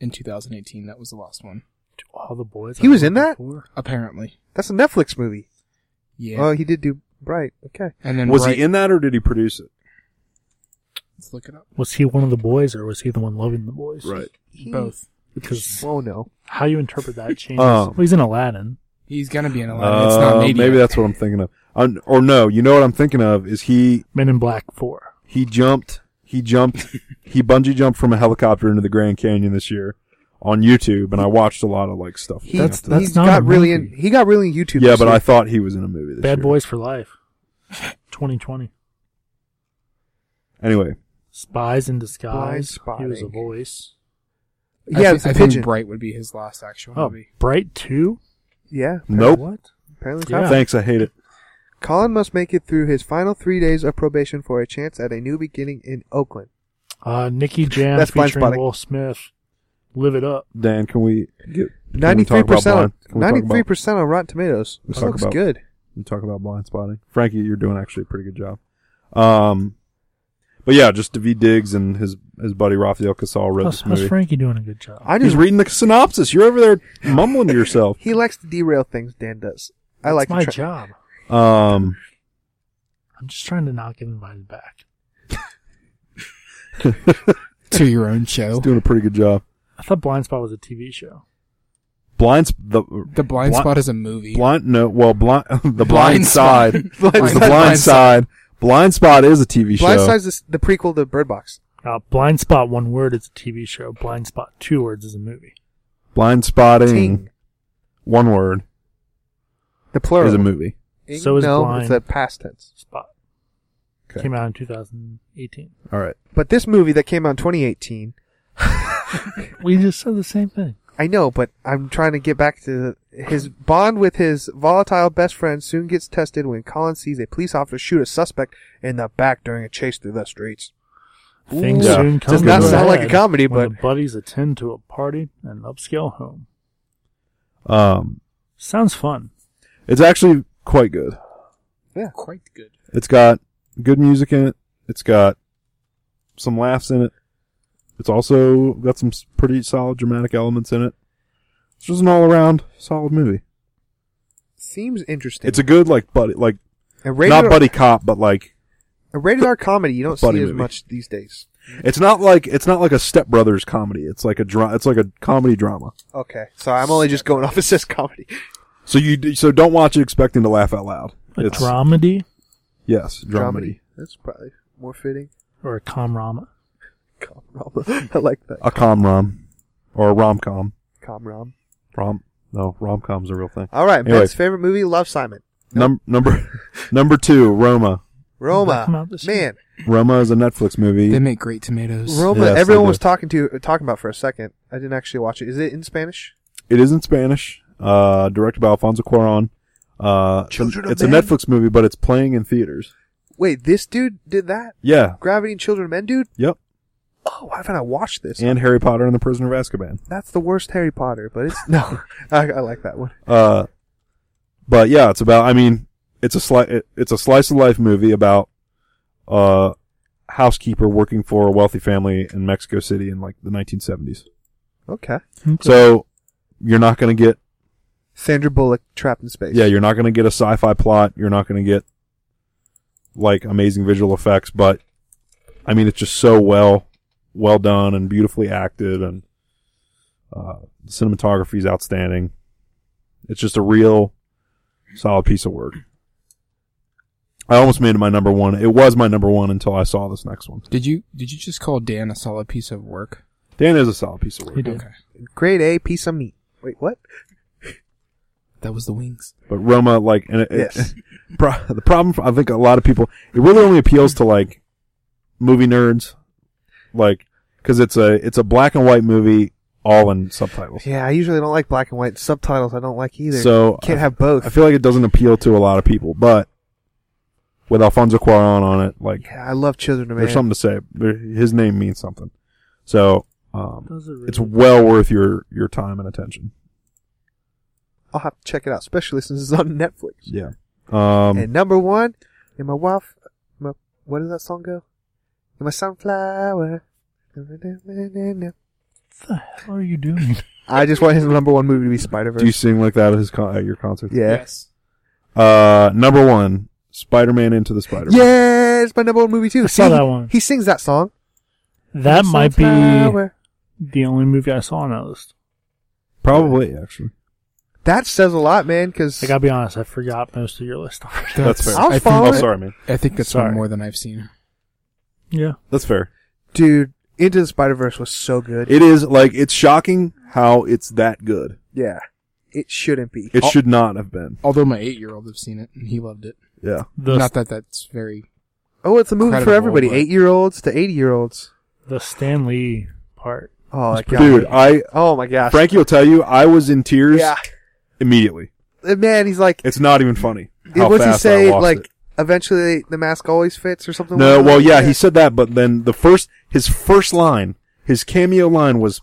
S4: in 2018. That was the last one,
S3: To all the boys.
S2: He
S3: I
S2: was in that?
S3: worked for.
S4: apparently.
S2: That's a Netflix movie.
S4: Yeah.
S2: Oh, he did do Bright. Okay,
S4: and then
S1: was
S4: Bright-
S1: he in that or did he produce it?
S4: Let's look it up.
S3: Was he one of the boys, or was he the one loving the boys?
S2: He-
S4: Both.
S3: Because
S2: Oh no,
S3: how you interpret that changes.
S1: Um,
S3: well, he's in Aladdin.
S4: He's gonna be in a lot. it's not
S1: Uh,
S4: made
S1: maybe
S4: yet.
S1: that's what I'm thinking of. i or no, you know what I'm thinking of is he
S3: Men in Black Four.
S1: he jumped he jumped he bungee jumped from a helicopter into the Grand Canyon this year on YouTube, and I watched a lot of like stuff.
S2: he,
S3: That's-
S2: he
S3: that's not
S2: got
S3: a
S2: really
S3: movie.
S2: in. He got really in YouTube.
S1: yeah,
S2: this
S1: but
S2: year.
S1: I thought he was in a movie. This
S3: Bad
S1: year.
S3: Boys for Life. 2020.
S1: Anyway,
S3: Spies in Disguise.
S2: Blind
S3: He was a
S2: Spotting.
S3: voice.
S4: I
S2: yeah,
S4: think-
S2: the
S4: I
S2: pigeon.
S4: think Bright would be his last actual
S3: Oh,
S4: movie.
S3: Bright 2?
S2: yeah,
S1: nope.
S3: What?
S2: apparently it's
S3: Yeah.
S2: not.
S1: Thanks, I hate it.
S2: Colin must make it through his final three days of probation for a chance at a new beginning in Oakland.
S3: Uh, Nikki Jam
S2: That's Blind
S3: featuring
S2: Spotting.
S3: Will Smith. Live it up.
S1: Dan, can we get can we
S2: Ninety-three
S1: talk about blind?
S2: percent.
S1: Can we talk about-
S2: Ninety-three percent on Rotten Tomatoes.
S1: Let's
S2: This
S1: talk
S2: looks
S1: about-
S2: good.
S1: We talk about blind spotting. Frankie, you're doing actually a pretty good job. Um, but yeah, just David Diggs and his his buddy Raphael Casal wrote
S3: How's,
S1: this
S3: Oh, how's
S1: movie.
S3: Frankie doing a good job?
S2: I
S1: He's
S2: just
S1: reading the synopsis. You're over there mumbling to yourself.
S2: he likes to derail things. Dan does. I
S3: It's
S2: like to
S3: my
S2: try-
S3: job.
S1: Um,
S3: I'm just trying to not get invited back.
S4: to your own
S1: he's
S4: show.
S1: doing a pretty good job.
S3: I thought Blind Spot was a TV show.
S1: Blind sp- the
S4: The Blind
S1: Bli-
S4: Spot is a movie.
S1: blind no well blind the blind,
S4: Blind
S1: side
S4: Spot. Blind
S1: It's the
S4: Spot.
S1: blind
S4: Blind
S1: side blind spot is a TV show.
S2: Blind Side's the, s- the prequel to Bird Box.
S3: Uh, Blind Spot, one word, is a TV show. Blind Spot, two words, is a movie.
S1: blind spotting
S2: Ting.
S1: one word
S2: The plural.
S1: is a movie.
S2: Ing-
S3: So is
S2: no,
S3: blind.
S2: it's a past tense.
S3: Spot.
S1: Okay.
S3: Came out in 2018.
S1: All right.
S2: But this movie that came out in 2018,
S3: We just said the same thing.
S2: I know, but I'm trying to get back to his bond with his volatile best friend soon gets tested when Colin sees a police officer shoot a suspect in the back during a chase through the streets.
S3: Things
S1: Yeah.
S3: soon come
S1: Does
S3: to
S1: not
S3: a
S1: sound
S2: like a
S3: head
S2: comedy,
S3: when
S2: but-
S3: the buddies attend to a party and upscale home.
S1: Um,
S3: Sounds fun.
S1: it's actually quite good.
S2: Yeah.
S4: Quite good.
S1: It's got good music in it. It's got some laughs in it. It's also got some s- pretty solid dramatic elements in it. It's just an all around solid movie.
S2: Seems interesting.
S1: It's a good like buddy like
S2: a rated
S1: not
S2: R,
S1: buddy cop, but like
S2: A rated R comedy you don't see
S1: buddy
S2: as
S1: movie.
S2: much these days.
S1: it's not like it's not like a Step Brothers comedy. It's like a dra- it's like a comedy drama.
S2: Okay, so I'm only just going off it says comedy.
S1: So you d- so don't watch it expecting to laugh out loud.
S3: A dramedy
S1: yes, dramedy.
S2: Comedy. That's probably more fitting.
S3: or a comrama.
S2: Comrama. I like that.
S1: A com rom or a rom com.
S2: Comrom.
S1: Rom no rom com's a real thing.
S2: All right,
S1: Anyway.
S2: Ben's favorite movie, Love Simon.
S1: Num- number number two, Roma.
S3: Did that come
S2: Roma.
S3: out this year?
S2: Man,
S1: Roma is a Netflix movie.
S4: They make great tomatoes.
S2: Roma.
S1: Yes,
S2: everyone
S1: they
S2: was
S1: do.
S2: talking to talking about for a second. I didn't actually watch it. Is it in Spanish?
S1: It is in Spanish, uh, directed by Alfonso Cuarón. Uh,
S2: Children of
S1: it's a
S2: Men?
S1: Netflix movie, but it's playing in theaters.
S2: Wait, this dude did that.
S1: Yeah.
S2: Gravity and Children of Men, dude.
S1: Yep.
S2: Oh, why haven't I watched this?
S1: And Harry Potter and the Prisoner of Azkaban.
S2: That's the worst Harry Potter, but it's no. I, I like that one.
S1: Uh, but yeah, it's about, I mean, it's a sli- it, it's a slice of life movie about, uh, housekeeper working for a wealthy family in Mexico City in like the 1970s.
S2: Okay.
S1: So you're not going to get,
S2: Sandra Bullock trapped in space.
S1: yeah, you're not going to get a sci-fi plot. You're not going to get like amazing visual effects, but I mean, it's just so well, well done and beautifully acted, and uh, the cinematography is outstanding. It's just a real solid piece of work. I almost made it my number one. It was my number one until I saw this next one.
S4: Did you did you just call Dan a solid piece of work?
S1: Dan is a solid piece of work,
S3: He did.
S4: Okay.
S2: Grade A piece of meat. Wait, what?
S4: That was the wings.
S1: but Roma, like, and it, it-
S2: Yes.
S1: pro- the problem I think a lot of people it really only appeals to like movie nerds, like because it's a it's a black and white movie all in subtitles.
S2: Yeah, I usually don't like black and white subtitles. I don't like either.
S1: So
S2: can't have both.
S1: I feel like it doesn't appeal to a lot of people, but with Alfonso Cuarón on it, like
S2: yeah, I love Children of Man.
S1: there's something to say. There- His name means something. So um,
S3: Does it really?
S1: it's well worth your your time and attention.
S2: I'll have to check it out, especially since it's on Netflix.
S1: Yeah. Um,
S2: and number one, and my wife, my, what does that song go? And my sunflower.
S3: what the hell are you doing?
S2: I just want his number one movie to be Spider
S1: do you
S2: Verse.
S1: sing like that at his con- at your concert?
S2: Yeah.
S4: Yes.
S1: Uh, number one, Spider-Man into the Spider-Man.
S2: Yeah, it's my number one movie too.
S3: I saw
S2: See,
S3: that one.
S2: He sings that song.
S3: That might be
S2: Sunflower.
S3: the only movie I saw on that list.
S1: Probably actually.
S2: That says a lot, man. Because
S3: I gotta be honest, I forgot most of your list already.
S1: That's fair.
S2: I was
S4: think-
S2: following-
S1: Oh, sorry, man.
S4: I think that's
S3: Sorry.
S4: one more than I've seen.
S3: yeah.
S1: That's fair.
S2: dude, Into the Spider Verse was so good.
S1: It is like it's shocking how it's that good.
S2: yeah, it shouldn't be.
S1: It
S4: Oh.
S1: should not have been.
S4: Although my eight-year-old have seen it and he loved it.
S1: Yeah.
S3: The,
S4: Not that that's very.
S2: Oh, it's a movie for
S4: Incredible,
S2: everybody,
S4: but-
S2: eight year olds to eighty year olds.
S3: the Stan Lee part.
S2: Oh,
S3: It's
S2: my God.
S1: Dude, I
S2: Oh my gosh.
S1: Frankie will tell you I was in tears
S2: Yeah.
S1: immediately.
S2: Uh, Man, he's like,
S1: It's not even funny. How
S2: it was he
S1: fast I
S2: say
S1: lost
S2: like
S1: it.
S2: eventually the mask always fits or something?
S1: No,
S2: like
S1: well,
S2: that?
S1: yeah, he said that, but then the first, his first line, his cameo line was,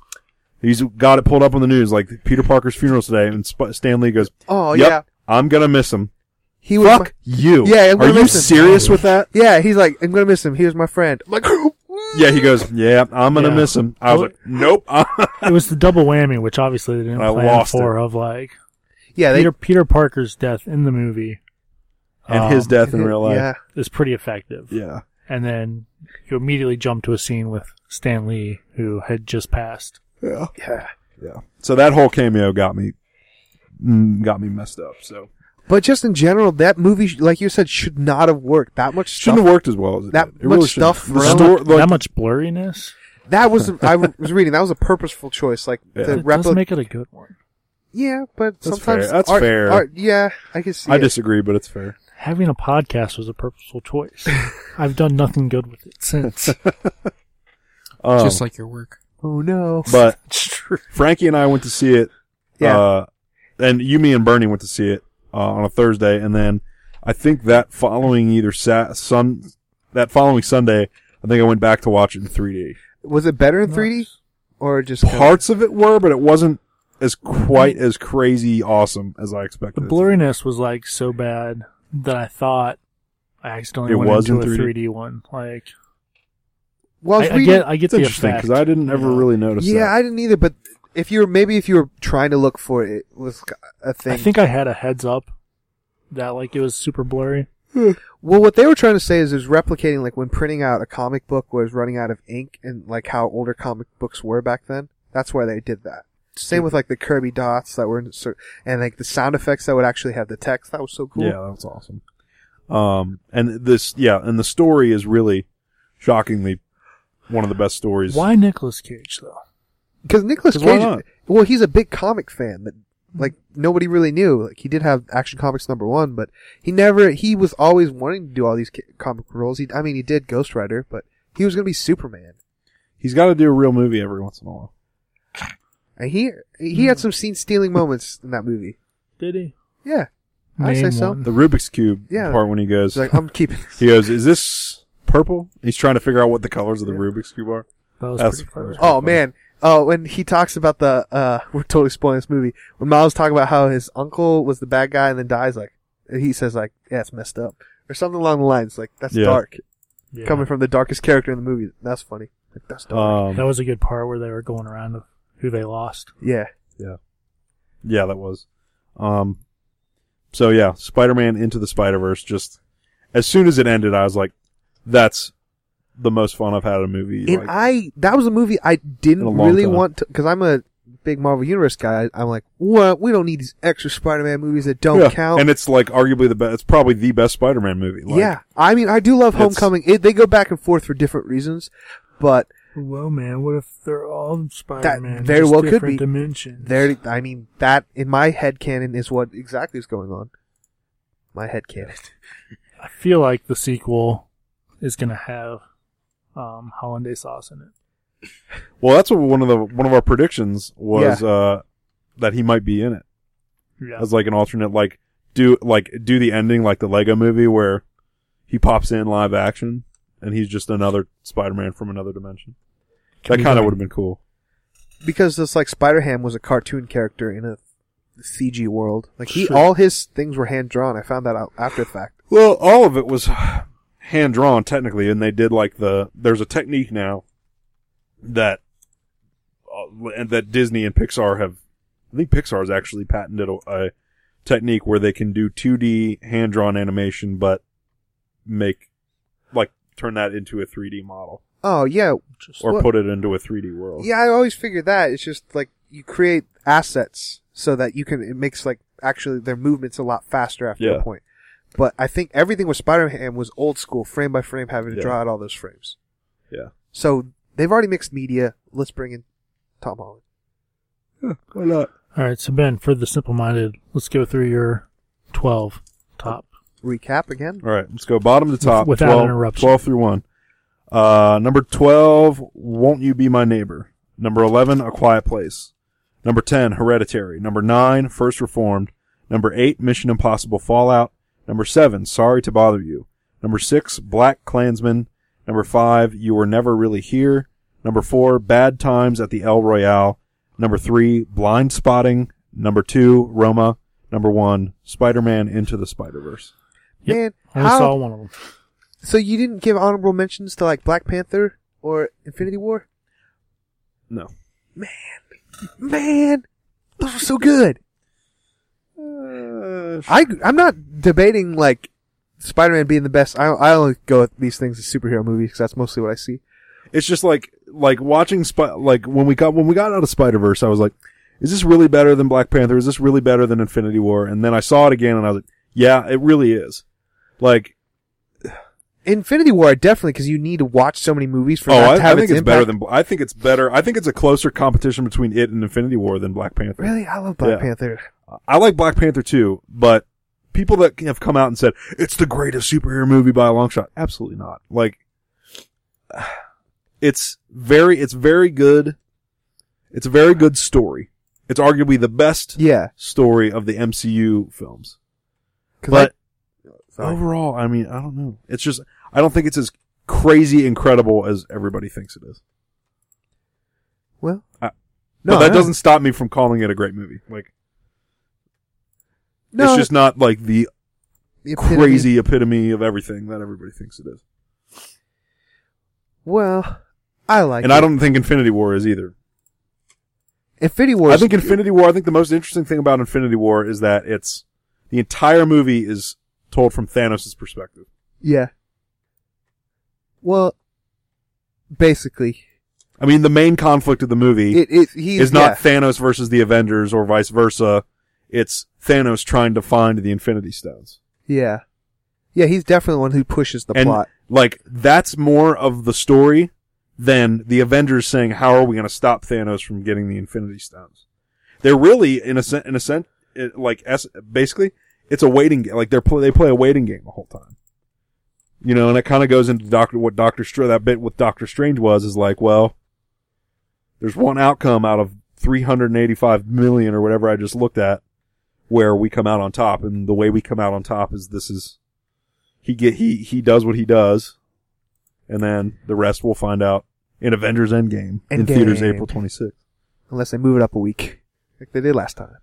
S1: he's got it pulled up on the news, like Peter Parker's funeral today, and Sp- Stan Lee goes,
S2: Oh
S1: "Yep,
S2: yeah,
S1: I'm gonna miss him."
S2: he was.
S1: Fuck you.
S2: Yeah, I'm
S1: are
S2: gonna
S1: you
S2: miss him.
S1: serious with that?
S2: My, yeah, he's like, I'm gonna miss him. He was my friend. I'm like,
S1: Yeah, he goes, "Yeah, I'm gonna
S3: Yeah.
S1: miss him." I was
S2: Oh.
S3: Well-
S1: like, "Nope."
S3: It was the double whammy, which obviously they didn't
S1: I
S3: plan
S1: lost
S3: for. Of like
S2: yeah, they
S3: Peter Peter Parker's death in the movie
S1: and
S3: um,
S1: his death in real life.
S2: Yeah,
S3: is pretty effective.
S1: Yeah.
S3: And then you immediately jump to a scene with Stan Lee, who had just passed.
S1: Yeah.
S2: yeah.
S1: Yeah. So that whole cameo got me, mm, got me messed up. So
S2: But just in general, that movie, sh- like you said, should not have worked. That much
S1: shouldn't
S2: stuff.
S1: have worked as well as it
S2: That
S1: did. It
S2: much
S1: really shouldn't.
S2: stuff
S1: The
S2: thrown-
S1: story- like,
S3: that much blurriness.
S2: That was I was reading. That was a purposeful choice. Like
S1: Yeah.
S2: the
S3: It does
S2: replica.
S3: make it a good one.
S2: yeah, but
S1: That's
S2: sometimes
S1: fair. That's
S2: art-
S1: fair.
S2: art- yeah, I can see.
S1: I
S2: it.
S1: disagree, but it's fair.
S3: Having a podcast was a purposeful choice. I've done nothing good with it since.
S1: Um,
S4: Just like your work.
S2: Oh no.
S1: but
S3: it's true.
S1: Frankie and I went to see it.
S2: Yeah.
S1: Uh, and you, me, and Bernie went to see it uh, on a Thursday, and then I think that following either sa- sun that following Sunday, I think I went back to watch it in 3D.
S2: was it better in 3D or just kinda-
S1: Parts of it were, but it wasn't as quite as crazy awesome as I expected.
S3: The
S1: it to be.
S3: blurriness was like so bad that I thought I accidentally
S1: It
S3: went
S1: was
S3: into
S1: in
S3: a
S1: 3D?
S3: 3D one. Like
S2: Well, I was
S3: I, I
S2: reading-
S3: get, I get
S1: It's
S3: the
S1: interesting
S3: effect
S1: because I didn't ever
S3: Yeah.
S1: really notice.
S2: Yeah,
S1: that.
S2: I didn't either. But if you were maybe if you were trying to look for it, it was a thing.
S3: I think I had a heads up that like it was super blurry.
S2: Well, what they were trying to say is, is replicating like when printing out a comic book was running out of ink, and like how older comic books were back then. That's why they did that. Same with like the Kirby dots that were insert, and like the sound effects that would actually have the text. That was so cool.
S1: Yeah, that was awesome. Um, and this, yeah, and the story is really shockingly one of the best stories.
S3: Why Nicolas Cage though?
S2: Because Nicholas
S1: 'Cause why
S2: Cage,
S1: not?
S2: well, he's a big comic fan that like nobody really knew. Like he did have Action Comics number one, but he never. He was always wanting to do all these ca- comic roles. He, I mean, he did Ghost Rider, but he was gonna be Superman.
S1: He's got to do a real movie every once in a while.
S2: And he he had some scene stealing moments in that movie.
S3: Did he?
S2: Yeah, I say
S3: Name
S2: so.
S3: one.
S1: The Rubik's Cube
S2: Yeah.
S1: part when he goes,
S2: it's like I'm keeping.
S1: he goes, is this purple? He's trying to figure out what the colors of the Rubik's Cube are.
S3: That was
S1: That's-
S3: pretty clever.
S2: Oh man. Oh, when he talks about the uh, we're totally spoiling this movie. When Miles talking about how his uncle was the bad guy and then dies, like and he says, like yeah, it's messed up or something along the lines. Like that's
S1: Yeah.
S2: dark.
S3: Yeah.
S2: Coming from the darkest character in the movie. That's funny. Like that's dark.
S3: that
S1: Um,
S3: was a good part where they were going around of who they lost.
S2: yeah.
S1: yeah, that was. Um, so yeah, Spider-Man into the Spider-Verse. Just as soon as it ended, I was like, that's the most fun I've had at a movie.
S2: And
S1: like,
S2: I that was a movie I
S1: In a
S2: didn't
S1: long
S2: really
S1: time.
S2: want to because I'm a big Marvel Universe guy. I'm like, what? We don't need these extra Spider-Man movies that don't
S1: Yeah,
S2: count.
S1: And it's like arguably the best. It's probably the best Spider-Man movie. Like,
S2: yeah, I mean, I do love
S1: It's-
S2: Homecoming. It, they go back and forth for different reasons, but
S3: Whoa, man! What if they're all Spider-Man?
S2: very
S3: just
S2: well could
S3: different
S2: be.
S3: dimensions.
S2: there, I mean, that in my head canon is what exactly is going on. My head canon.
S3: I feel like the sequel is gonna have um, hollandaise sauce in it.
S1: Well, that's what one of the one of our predictions was uh, that he might be in it
S3: Yeah.
S1: as like an alternate, like do like do the ending like the Lego Movie where he pops in live action and he's just another Spider-Man from another dimension.
S4: Can
S1: that
S4: we
S1: kind
S4: go-
S1: of would have been cool.
S2: because this like Spider Ham was a cartoon character in a CG world. Like he,
S3: Sure.
S2: all his things were hand drawn. I found that out after the fact.
S1: Well, all of it was hand drawn technically, and they did like the there's a technique now that uh, and that Disney and Pixar have. I think Pixar's actually patented a, a technique where they can do 2D hand drawn animation, but make like turn that into a 3D model
S2: Oh yeah,
S3: Just-
S1: or
S2: Well-
S1: put it into a 3D world.
S2: yeah. I always figured that it's just like you create assets so that you can. It makes like actually their movements a lot faster after
S1: Yeah.
S2: a point. But I think everything with Spider Ham was old school, frame by frame, having to
S1: Yeah.
S2: draw out all those frames.
S1: yeah.
S2: So they've already mixed media. Let's bring in Tom Holland.
S1: Why not?
S3: All right, so Ben, for the simple minded, let's go through your 12 top.
S2: Recap again.
S1: All right, let's go bottom to top.
S3: without
S1: 12,
S3: interruption.
S1: 12 through 1. Uh, number 12, Won't You Be My Neighbor. Number 11, A Quiet Place. Number 10, Hereditary. Number 9, First Reformed. Number 8, Mission Impossible Fallout. Number 7, Sorry to Bother You. Number 6, Black Klansman. Number 5, You Were Never Really Here. Number 4, Bad Times at the El Royale. Number 3, Blind Spotting. Number 2, Roma. Number 1, Spider-Man Into the Spider-Verse.
S3: Yep.
S2: Man,
S3: I only
S2: how-
S3: saw one of them.
S2: So you didn't give honorable mentions to like Black Panther or Infinity War?
S1: No.
S2: Man, those were so good.
S1: Uh,
S2: I I'm not debating like Spider-Man being the best. I I only go with these things as superhero movies because that's mostly what I see.
S1: it's just like like watching Spi- like when we got when we got out of Spider Verse, I was like, is this really better than Black Panther? Is this really better than Infinity War? And then I saw it again, and I was like, yeah, it really is. Like,
S2: Infinity War definitely because you need to watch so many movies for
S1: oh,
S2: that
S1: I,
S2: to
S1: I
S2: have
S1: think it's
S2: its, impact.
S1: better than I think it's better. I think it's a closer competition between it and Infinity War than Black Panther.
S2: Really, I love
S1: Yeah.
S2: Black Panther.
S1: I like Black Panther too, but people that have come out and said it's the greatest superhero movie by a long shot, absolutely not. Like, it's very, it's very good. It's a very good story. It's arguably the best
S2: Yeah,
S1: story of the MCU films.
S2: 'cause
S1: But
S2: I- sorry.
S1: overall, I mean, I don't know. It's just, I don't think it's as crazy incredible as everybody thinks it is.
S2: well,
S1: I-
S2: no,
S1: but that
S2: no.
S1: doesn't stop me from calling it a great movie. Like,
S2: No,
S1: it's just not like the
S2: the epitome-
S1: crazy epitome of everything that everybody thinks it is.
S2: Well, I like.
S1: and
S2: it.
S1: I don't think Infinity War is either.
S2: Infinity War.
S1: I
S2: is
S1: think
S2: good.
S1: Infinity War. I think the most interesting thing about Infinity War is that it's the entire movie is told from Thanos' perspective.
S2: Yeah. Well, basically,
S1: I mean, the main conflict of the movie
S2: it it he
S1: is not
S2: yeah.
S1: Thanos versus the Avengers or vice versa. It's Thanos trying to find the Infinity Stones.
S2: yeah, yeah. He's definitely the one who pushes the
S1: and
S2: plot.
S1: like that's more of the story than the Avengers saying, "How are we going to stop Thanos from getting the Infinity Stones?" They're really in a sen- in a sense it, like es- basically it's a waiting game. Like they're pl- they play a waiting game the whole time. You know, and it kind of goes into Doctor what Doctor Strange that bit with Doctor Strange was is like, well, there's one outcome out of 385 million or whatever I just looked at where we come out on top, and the way we come out on top is this is he get he he does what he does, and then the rest we'll find out in Avengers Endgame in
S2: Endgame.
S1: theaters April 26th.
S2: Unless they move it up a week, like they did last time.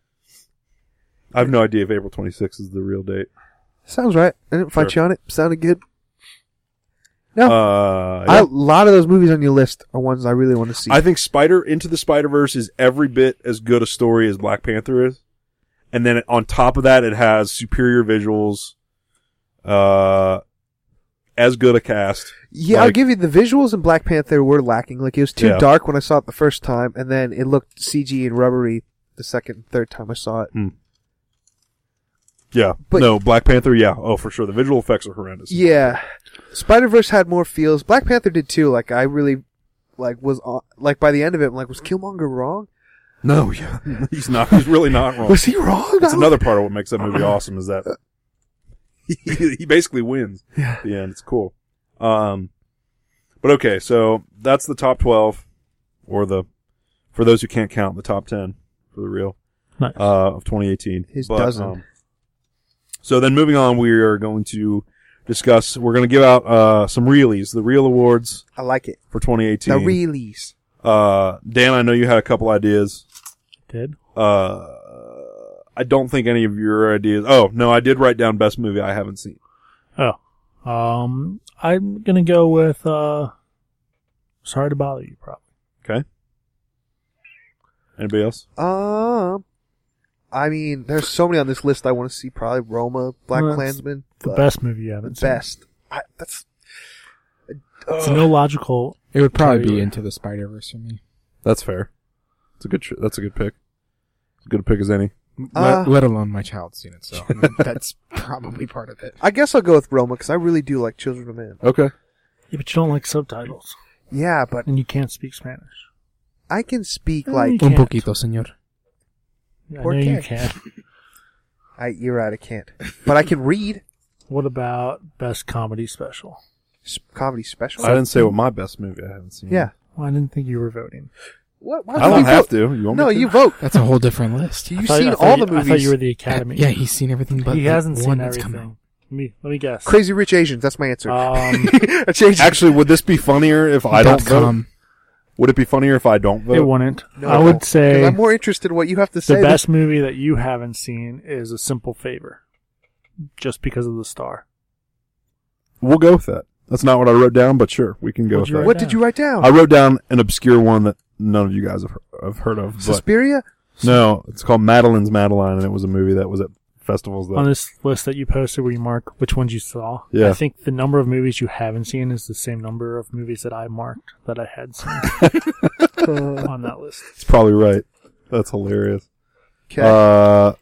S1: I have no idea if April 26th is the real date.
S2: Sounds right. I didn't fight
S1: Sure.
S2: you on it. Sounded good. No,
S1: Uh,
S2: I-
S1: yeah.
S2: a lot of those movies on your list are ones I really want to see.
S1: I think Spider Into the Spider Verse is every bit as good a story as Black Panther is, and then on top of that, it has superior visuals, uh, as good a cast.
S2: yeah, I'll
S1: like-
S2: give you the visuals in Black Panther were lacking. Like it was too
S1: Yeah.
S2: dark when I saw it the first time, and then it looked CG and rubbery the second and third time I saw it.
S1: hmm. Yeah,
S2: But-
S1: no Black Panther. Yeah, oh for sure, the visual effects are horrendous.
S2: Yeah, Spider Verse had more feels. Black Panther did too. Like I really, like was on, like by the end of it, I'm like was Killmonger wrong?
S1: no, yeah, he's not. He's really not wrong.
S2: Was he wrong?
S1: That's
S2: I don't-
S1: another part of what makes that movie awesome is that he, he basically wins
S2: Yeah.
S1: at the end. It's cool. Um, but okay, so that's the top 12. or the for those who can't count the top ten for the real
S3: Nice.
S1: uh, of 2018.
S2: His dozen.
S1: um, so then moving on, we are going to discuss. We're going to give out uh, some realies, the real awards
S2: I like it.
S1: for 2018.
S2: The reelies.
S1: uh, Dan, I know you had a couple ideas.
S3: Did
S1: Uh, I don't think any of your ideas. Oh no, I did write down best movie I haven't seen.
S3: oh, um, I'm gonna go with uh, sorry to bother you, probably.
S1: Okay. Anybody else?
S2: Um, I mean, there's so many on this list I want to see. Probably Roma, Black
S3: Well, that's
S2: Klansman.
S3: The
S2: but
S3: best movie you
S2: The
S3: haven't seen.
S2: best. I, that's. uh,
S3: It's
S2: Ugh.
S3: no logical.
S4: It would probably be
S3: Period.
S4: Into the Spider Verse for me.
S1: That's fair. It's a good. Tr- that's a good pick. As good a pick as any.
S2: Uh,
S4: let, let alone my child's seen it, so I mean, that's probably part of it.
S2: I guess I'll go with Roma because I really do like Children of Men.
S1: Okay.
S3: Yeah, but you don't like subtitles,
S2: Yeah, but
S3: and you can't speak Spanish.
S2: I can speak
S3: Mm,
S2: like.
S3: you
S4: Un
S3: can't.
S4: poquito, señor.
S3: I know
S2: Poor
S3: you
S2: kid.
S3: can.
S2: I, you're right, I can't. But I can read.
S3: What about best comedy special?
S2: Sp- Comedy special.
S1: I didn't say what my best movie I haven't seen.
S2: yeah.
S3: Well, I didn't think you were voting.
S2: What? Why
S1: I
S2: don't
S1: don't
S2: you
S1: have
S2: vote?
S1: to. You want
S2: No,
S1: me to?
S2: you vote.
S4: That's a whole different list.
S2: You've
S3: I thought-
S2: seen
S3: I thought
S2: all
S3: you-
S2: the
S3: I thought
S2: movies.
S3: you were the Academy.
S4: Yeah, he's seen everything, but
S3: he
S4: the
S3: hasn't
S4: one
S3: seen
S4: that's come out.
S3: everything. Let me let me guess.
S2: Crazy Rich Asians. That's my answer.
S3: Um,
S2: I changed it.
S1: Actually, would this be funnier if I
S4: Dot
S1: don't vote?
S4: com.
S1: Would it be funnier if I don't
S3: it
S1: vote?
S3: wouldn't.
S2: No,
S3: I would say
S2: 'Cause I'm more interested in what you have to say.
S3: the best movie that you haven't seen is A Simple Favor, just because of the star.
S1: We'll go with that. That's not what I wrote down, but sure, we can go
S3: What'd you
S1: with
S2: what
S1: that.
S3: write
S2: did
S3: down.
S2: you write down?
S1: I wrote down an obscure one that none of you guys have, have heard of. But
S2: Suspiria?
S1: no, it's called Madeline's Madeline, and it was a movie that was at festivals. That
S3: On this list that you posted, where you mark which ones you saw,
S1: Yeah.
S3: I think the number of movies you haven't seen is the same number of movies that I marked that I had seen on that list.
S1: it's probably right. That's hilarious.
S2: Okay.
S1: Uh,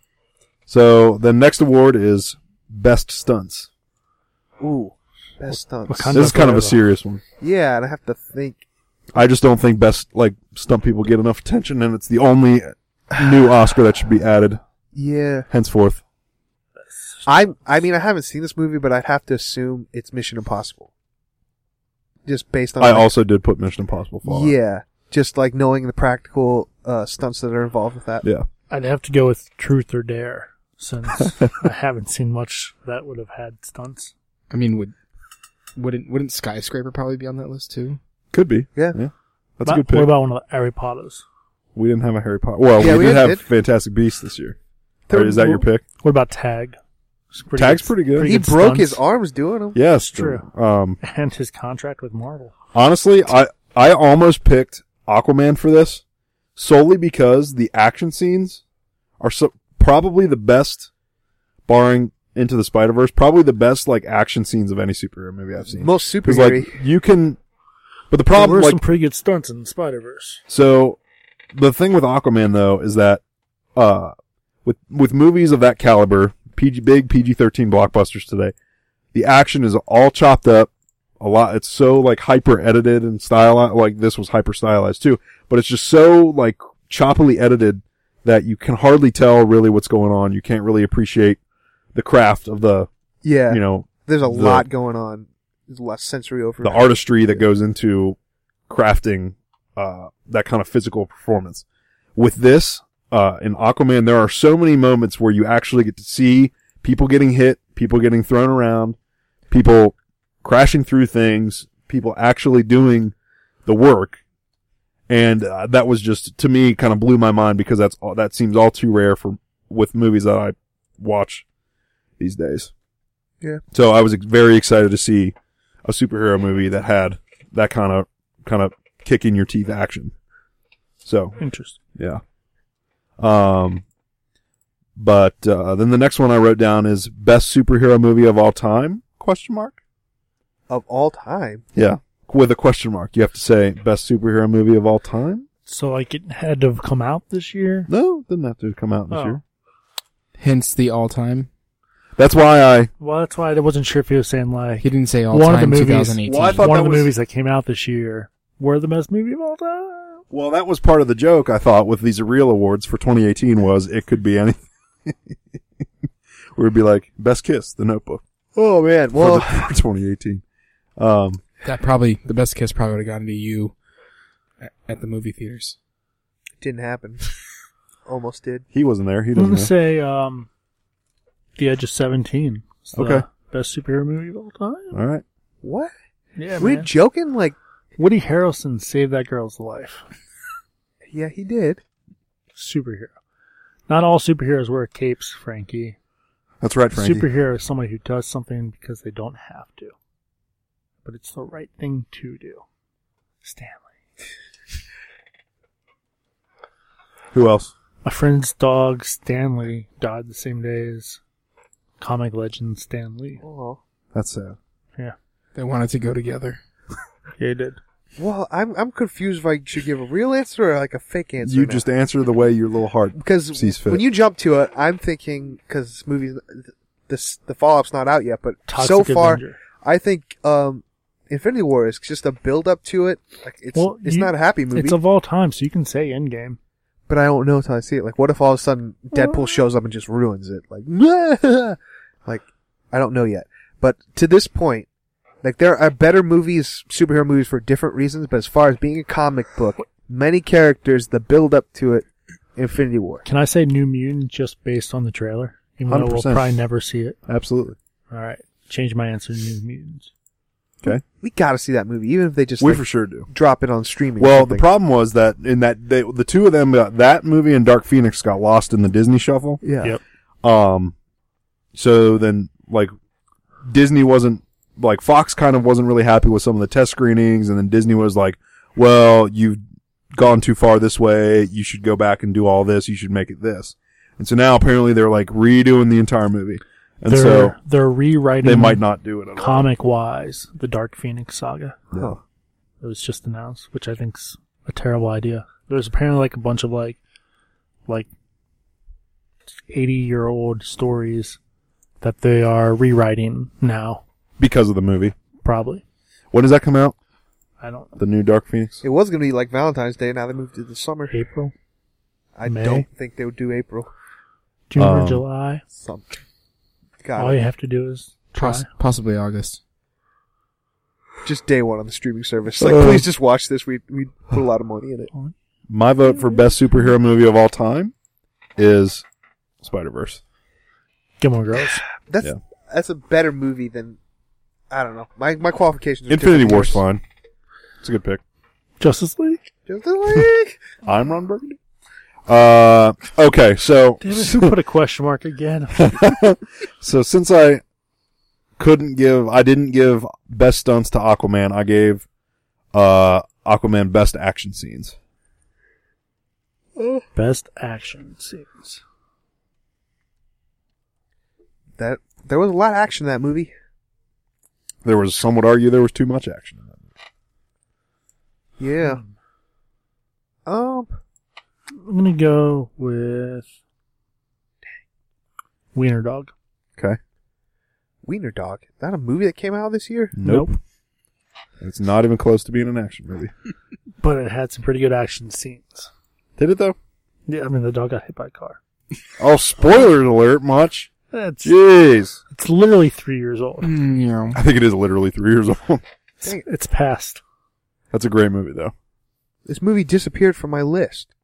S1: so the next award is best stunts.
S2: Ooh. Best stunts.
S3: What kind
S1: this is kind of a
S3: Forever.
S1: serious one.
S2: Yeah, and I have to think.
S1: I just don't think best like stunt people get enough attention, and it's the only new Oscar that should be added
S2: Yeah.
S1: henceforth.
S2: I I mean, I haven't seen this movie, but I'd have to assume it's Mission Impossible. Just based on.
S1: I
S2: like-
S1: also did put Mission Impossible. Fallout.
S2: Yeah. Just like knowing the practical uh, stunts that are involved with that.
S1: yeah.
S3: I'd have to go with Truth or Dare, since I haven't seen much that would have had stunts.
S4: I mean, would wouldn't wouldn't skyscraper probably be on that list too?
S1: Could be.
S2: Yeah.
S1: That's
S3: But
S1: a good pick.
S3: What about one of the Harry Potters?
S1: we didn't have a Harry Potter. Well,
S2: Yeah,
S1: we,
S2: we
S1: did have
S2: did.
S1: Fantastic Beasts this year.
S3: Third-
S1: Or is that your pick?
S3: What about Tag? It's pretty
S1: Tag's pretty good.
S2: He
S3: good
S2: broke his
S3: stunts.
S2: arms doing them.
S1: Yes,
S3: true.
S1: Um,
S3: and his contract with Marvel.
S1: honestly, I I almost picked Aquaman for this solely because the action scenes are so probably the best, barring Into the Spider Verse, probably the best like action scenes of any superhero movie I've seen.
S2: Most
S1: 'Cause,
S2: superhero.
S1: like you can, but the
S3: There
S1: problem
S3: were
S1: like
S3: some pretty good stunts in Spider Verse.
S1: So the thing with Aquaman though is that uh with with movies of that caliber, PG big PG-13 blockbusters today, the action is all chopped up a lot. It's so like hyper edited and stylized like this was hyper stylized too, but it's just so like choppily edited that you can hardly tell really what's going on. You can't really appreciate the craft of the,
S2: yeah.
S1: you know,
S2: There's a
S1: the-
S2: lot going on. There's a lot of sensory over.
S1: the artistry that goes into crafting uh, that kind of physical performance. With this, uh, in Aquaman, there are so many moments where you actually get to see people getting hit, people getting thrown around, people crashing through things, people actually doing the work. And uh, that was just to me kind of blew my mind because that's all, that seems all too rare for with movies that I watch these days.
S2: Yeah.
S1: So I was ex- very excited to see a superhero movie that had that kind of kind of kick in your teeth action. So
S3: Interesting.
S1: yeah. Um, but uh, then the next one I wrote down is best superhero movie of all time? Question mark.
S2: of all time.
S1: Yeah, with a question mark. You have to say best superhero movie of all time.
S3: So like it had to have come out this year.
S1: No, didn't have to come out this
S3: Oh.
S1: year.
S4: Hence the all time.
S1: That's why I.
S3: Well, that's why I wasn't sure if he was saying like
S4: He didn't say all
S3: One of the
S4: time.
S3: movies-
S4: 2018.
S1: Well, I thought
S3: one
S1: that
S3: of the
S1: was-
S3: movies that came out this year were the best movie of all time.
S1: Well, that was part of the joke I thought with these real awards for 2018 was it could be anything. we would be like best kiss, The Notebook
S2: Oh man.
S1: for, the,
S2: Well,
S1: for 2018. Um,
S4: That probably the best kiss probably would have gotten to you a- at the movie theaters.
S2: It didn't happen. Almost did.
S1: He wasn't there. He
S3: I'm
S1: doesn't
S3: gonna
S1: know.
S3: say um, The Edge of Seventeen. It's the
S1: Okay.
S3: Best superhero movie of all time.
S1: All right.
S2: What?
S3: Yeah,
S2: Were you
S3: man.
S2: joking? Like,
S3: Woody Harrelson saved that girl's life.
S2: yeah, he did.
S3: Superhero. Not all superheroes wear capes, Frankie.
S1: That's right, Frankie.
S3: Superhero is somebody who does something because they don't have to, but it's the right thing to do. Stanley.
S1: Who else?
S3: My friend's dog Stanley died the same day as comic legend Stanley.
S2: Oh.
S1: That's sad.
S3: Yeah,
S4: They wanted to go together.
S3: he did.
S2: Well, I'm I'm confused if I should give a real answer or like a fake answer.
S1: you
S2: now.
S1: just answer the way your little heart sees
S2: because
S1: fit.
S2: when you jump to it, I'm thinking because this movie's this the follow up's not out yet, but
S3: Toxic
S2: so far
S3: Avenger.
S2: I think um, Infinity War is just a build up to it. Like it's
S3: Well,
S2: it's
S3: you-
S2: not a happy movie,
S3: It's of all time, so you can say Endgame.
S2: but I don't know until I see it. Like what if all of a sudden Deadpool shows up and just ruins it? Like like I don't know yet. But to this point, like there are better movies, superhero movies for different reasons. But as far as being a comic book, many characters, the build up to it, Infinity War.
S3: Can I say New Mutant just based on the trailer? Even though we'll
S1: 100%.
S3: probably never see it.
S1: Absolutely.
S3: All right, change my answer to New Mutants.
S1: Okay.
S2: We gotta see that movie, even if they just
S1: we
S2: like,
S1: for sure do.
S2: drop it on streaming. or
S1: Well, the
S2: something.
S1: problem was that in that they, the two of them, uh, that movie and Dark Phoenix got lost in the Disney shuffle.
S2: yeah,
S3: Yep.
S1: Um, so then like Disney wasn't like Fox kind of wasn't really happy with some of the test screenings, and then Disney was like, "Well, you've gone too far this way. You should go back and do all this. You should make it this." And so now apparently they're like redoing the entire movie, and
S3: they're
S1: so
S3: they're rewriting.
S1: they might not do it at all.
S3: comic wise the Dark Phoenix saga.
S1: No.
S3: It was just announced, which I think's a terrible idea. There's apparently like a bunch of like like eighty year old stories that they are rewriting now.
S1: because of the movie.
S3: Probably.
S1: When does that come out?
S3: I don't know.
S1: The new Dark Phoenix.
S2: It was gonna be like Valentine's Day. Now they moved it to the summer.
S3: April,
S2: I
S3: May?
S2: don't think they would do April.
S3: June or
S1: Um,
S3: July.
S2: Something.
S3: All
S2: God,
S3: you have to do is try.
S4: Poss- possibly August.
S2: just day one on the streaming service. Like,
S1: Uh.
S2: please just watch this. We we put a lot of money in it.
S1: My vote for best superhero movie of all time is Spider Verse.
S3: Gilmore Girls.
S2: That's
S1: Yeah.
S2: that's a better movie than I don't know. My my qualifications. Are
S1: Infinity
S2: different
S1: War's
S2: yours.
S1: fine. It's a good pick.
S3: Justice League?
S2: Just like-
S1: I'm Ron Burgundy. Uh, okay, so
S3: Damn it, who put a question mark again?
S1: so since I couldn't give, I didn't give best stunts to Aquaman. I gave uh Aquaman best action scenes.
S3: Best action scenes.
S2: that there was a lot of action in that movie.
S1: There was some would argue there was too much action. in that.
S2: Yeah.
S3: Hmm.
S2: Um.
S3: I'm gonna go with Wiener Dog.
S1: Okay.
S2: Wiener Dog. That a movie that came out this year?
S1: It's not even close to being an action movie.
S3: But it had some pretty good action scenes.
S1: Did it though?
S3: Yeah, I mean the dog got hit by a car.
S1: Oh, spoiler alert! Much.
S3: That's
S1: Jeez.
S3: it's literally three years old.
S4: Mm, yeah.
S1: I think it is literally three years old.
S3: It's, it's past.
S1: That's a great movie though.
S2: This movie disappeared from my list.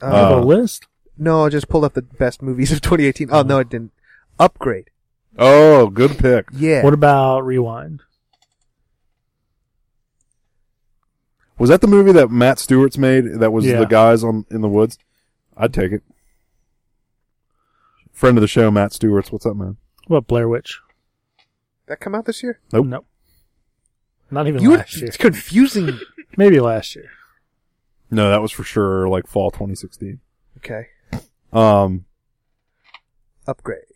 S2: Uh,
S3: I have a list.
S2: No, I just pulled up the best movies of 2018. Oh, no, it didn't. Upgrade.
S1: Oh, good pick.
S2: Yeah.
S3: What about Rewind?
S1: Was that the movie that Matt Stewart's made? That was
S3: Yeah.
S1: the guys on in the woods. I'd take it. Friend of the show, Matt Stewart's. What's up, man?
S3: What about Blair Witch?
S2: that come out this year?
S1: Nope.
S3: Nope. Not even
S2: You
S3: last year.
S2: it's confusing.
S3: Maybe last year.
S1: No, that was for sure like fall 2016.
S2: okay.
S1: Um,
S2: Upgrade.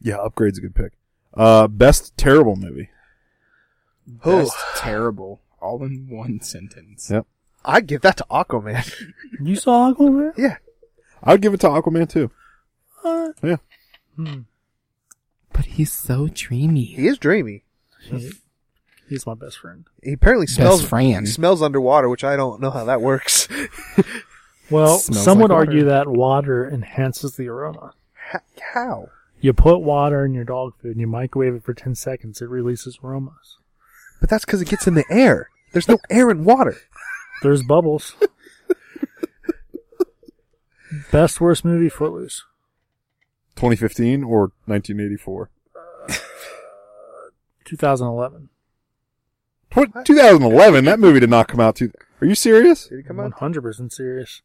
S1: yeah, upgrade's a good pick. Uh, best terrible movie.
S2: Oh.
S4: That's terrible. All in one sentence.
S1: Yep,
S2: I'd give that to Aquaman.
S3: You saw Aquaman?
S2: yeah.
S1: I'd give it to Aquaman too.
S3: Uh,
S1: Yeah,
S3: hmm.
S4: But he's so dreamy.
S2: He is dreamy.
S3: He- He's my best friend.
S2: He apparently smells
S4: friend.
S2: smells underwater, which I don't know how that works.
S3: Well,
S4: Smells
S3: some
S4: like
S3: would
S4: water.
S3: argue that water enhances the aroma.
S2: H- how?
S3: You put water in your dog food and you microwave it for 10 seconds, it releases aromas.
S2: But that's because it gets in the air. There's no air in water.
S3: There's bubbles. Best worst movie Footloose.
S1: 2015 or 1984?
S3: 2011.
S1: Tw- 2011. That movie did not come out. Too- Are you serious?
S2: Did it come out? Oh,
S3: 100% serious.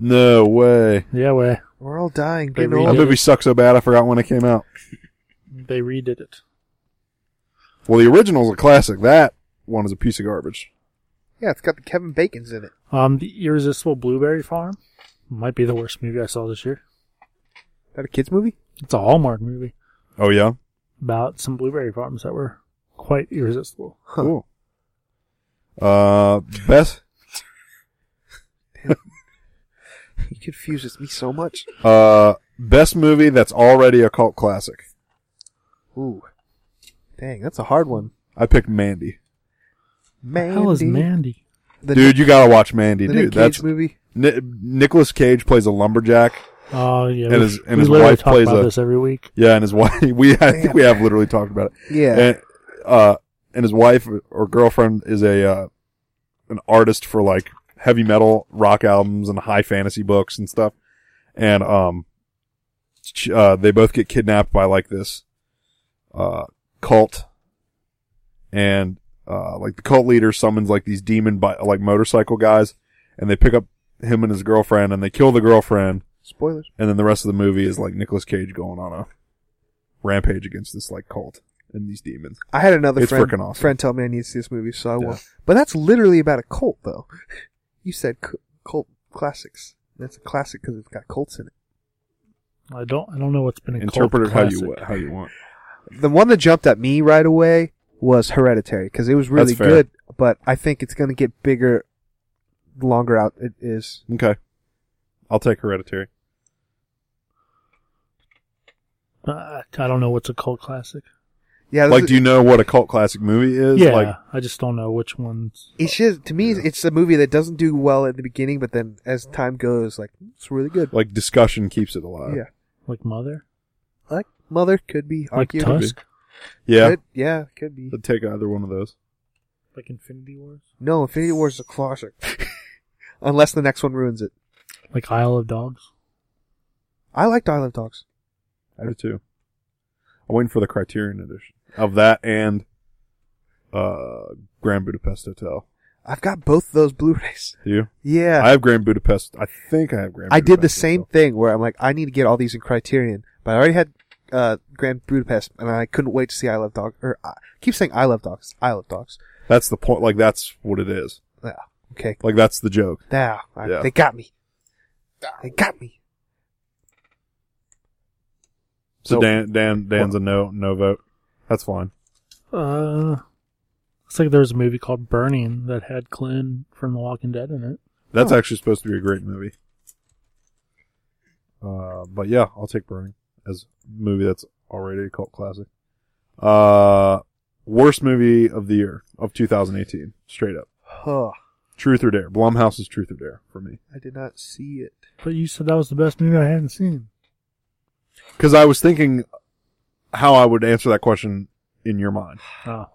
S1: No way.
S3: Yeah, way.
S2: We're all dying.
S3: They
S2: Getting
S3: redid
S1: That
S2: old.
S3: it.
S1: movie sucked so bad I forgot when it came out.
S3: They redid it.
S1: Well, the original's a classic. That one is a piece of garbage.
S2: Yeah, it's got the Kevin Bacon's in it.
S3: Um, The Irresistible Blueberry Farm might be the worst movie I saw this year.
S2: Is that a kids movie?
S3: It's a Hallmark movie
S1: Oh yeah.
S3: about some blueberry farms that were quite irresistible.
S1: Cool. Uh, best
S2: He confuses me so much.
S1: uh best movie that's already a cult classic.
S2: Ooh, dang, that's a hard one.
S1: I picked Mandy.
S2: Mandy,
S3: Hell is Mandy?
S2: the
S1: dude, you gotta watch Mandy,
S2: the Nick
S1: dude.
S2: Cage
S1: That's
S2: movie.
S1: Ni- Nicholas Cage plays a lumberjack.
S3: Oh yeah,
S1: And
S3: we-
S1: his- and
S3: we
S1: his
S3: literally
S1: wife
S3: talk
S1: plays
S3: about
S1: a-
S3: this every week.
S1: Yeah, and his wife. We I think
S2: Damn.
S1: we have literally talked about it.
S2: Yeah,
S1: And, uh, and his wife or girlfriend is a uh, an artist for like heavy metal rock albums and high fantasy books and stuff. And um, sh- uh, they both get kidnapped by like this uh cult, and uh, like the cult leader summons like these demon bi- like motorcycle guys, and they pick up him and his girlfriend, and they kill the girlfriend.
S2: spoilers.
S1: And then the rest of the movie is like Nicolas Cage going on a rampage against this like cult and these demons.
S2: I had another
S1: It's
S2: friend
S1: freaking awesome.
S2: friend tell me I need to see this movie, so I
S1: Yeah.
S2: will. But that's literally about a cult, though. You said c- cult classics. That's a classic because it's got cults in it.
S3: I don't I don't know what's been a cult
S1: Interpret it how you
S3: classic.
S1: wa- how you want.
S2: The one that jumped at me right away was Hereditary because it was really
S1: That's fair.
S2: good, but I think it's going to get bigger the longer out it is.
S1: Okay, I'll take Hereditary.
S3: Uh, I don't know what's a cult classic.
S2: Yeah, this
S1: Like,
S2: is-
S1: do you know what a cult classic movie is?
S3: yeah,
S1: Like,
S3: I just don't know which ones.
S2: It's just to me, it's a movie that doesn't do well at the beginning, but then as time goes, like it's really good.
S1: like discussion keeps it alive.
S2: yeah,
S3: Like Mother,
S2: like Mother could be
S3: like
S2: argued.
S3: Tusk,
S1: yeah.
S2: Could- yeah, could be.
S1: I'd take either one of those.
S3: like Infinity Wars,
S2: No, Infinity War is a classic, unless the next one ruins it.
S3: like Isle of Dogs.
S2: I liked Island Dogs.
S1: I do too. I'm waiting for the Criterion edition of that and uh Grand Budapest Hotel.
S2: I've got both those Blu-rays.
S1: Do you?
S2: Yeah,
S1: I have Grand Budapest. I think I have Grand.
S2: I did the
S1: Budapest
S2: same
S1: Hotel.
S2: thing where I'm like, I need to get all these in Criterion, but I already had uh, Grand Budapest, and I couldn't wait to see I Love Dogs. Or uh, I keep saying I Love Dogs. I Love Dogs.
S1: That's the point. Like that's what it is.
S2: Yeah. Okay.
S1: Like that's the joke.
S2: Now I-
S1: Yeah.
S2: they got me. They got me.
S1: So
S2: Nope.
S1: Dan Dan Dan's a no no vote. That's fine.
S3: Uh, it's like there was a movie called Burning that had Clint from The Walking Dead in it.
S1: That's
S2: Oh.
S1: actually supposed to be a great movie. Uh, but yeah, I'll take Burning as a movie that's already a cult classic. Uh, worst movie of the year of 2018, straight up.
S2: Huh.
S1: Truth or Dare. Blumhouse's Truth or Dare for me.
S2: I did not see it.
S3: But you said that was the best movie I hadn't seen.
S1: Because I was thinking how I would answer that question in your mind.
S3: Oh,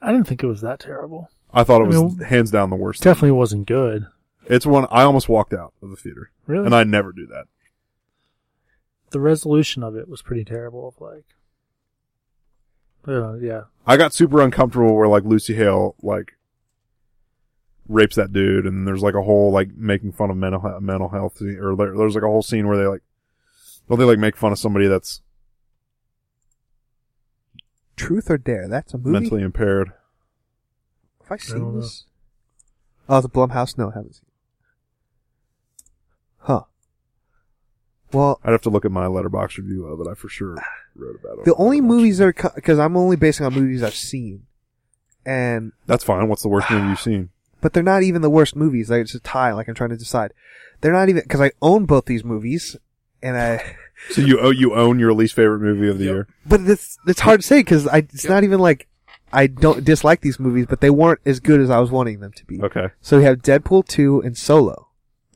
S3: I didn't think it was that terrible.
S1: I thought it
S3: I
S1: was
S3: mean,
S1: hands down the worst.
S3: Definitely wasn't good.
S1: It's one I almost walked out of the theater,
S3: Really,
S1: and I never do that.
S3: the resolution of it was pretty terrible. Of like, uh, yeah,
S1: I got super uncomfortable where like Lucy Hale like rapes that dude, and there's like a whole like making fun of mental he- mental health, scene- or there, there's like a whole scene where they like don't they like make fun of somebody that's
S2: Truth or Dare? That's a movie.
S1: mentally impaired.
S2: Have I
S3: I don't
S2: seen
S3: know.
S2: this? Oh, the Blumhouse. No, I haven't seen. it. Huh. Well,
S1: I'd have to look at my letterbox review of it. I for sure wrote about it.
S2: the only movies that are because I'm only basing on movies I've seen, and
S1: that's fine. What's the worst movie you've seen?
S2: but they're not even the worst movies. Like it's a tie. Like I'm trying to decide. They're not even because I own both these movies, and I.
S1: So you owe you own your least favorite movie of the
S4: Yep.
S1: year.
S2: But it's it's hard to say because I it's not even like I don't dislike these movies, but they weren't as good as I was wanting them to be.
S1: Okay,
S2: So we have Deadpool two and Solo.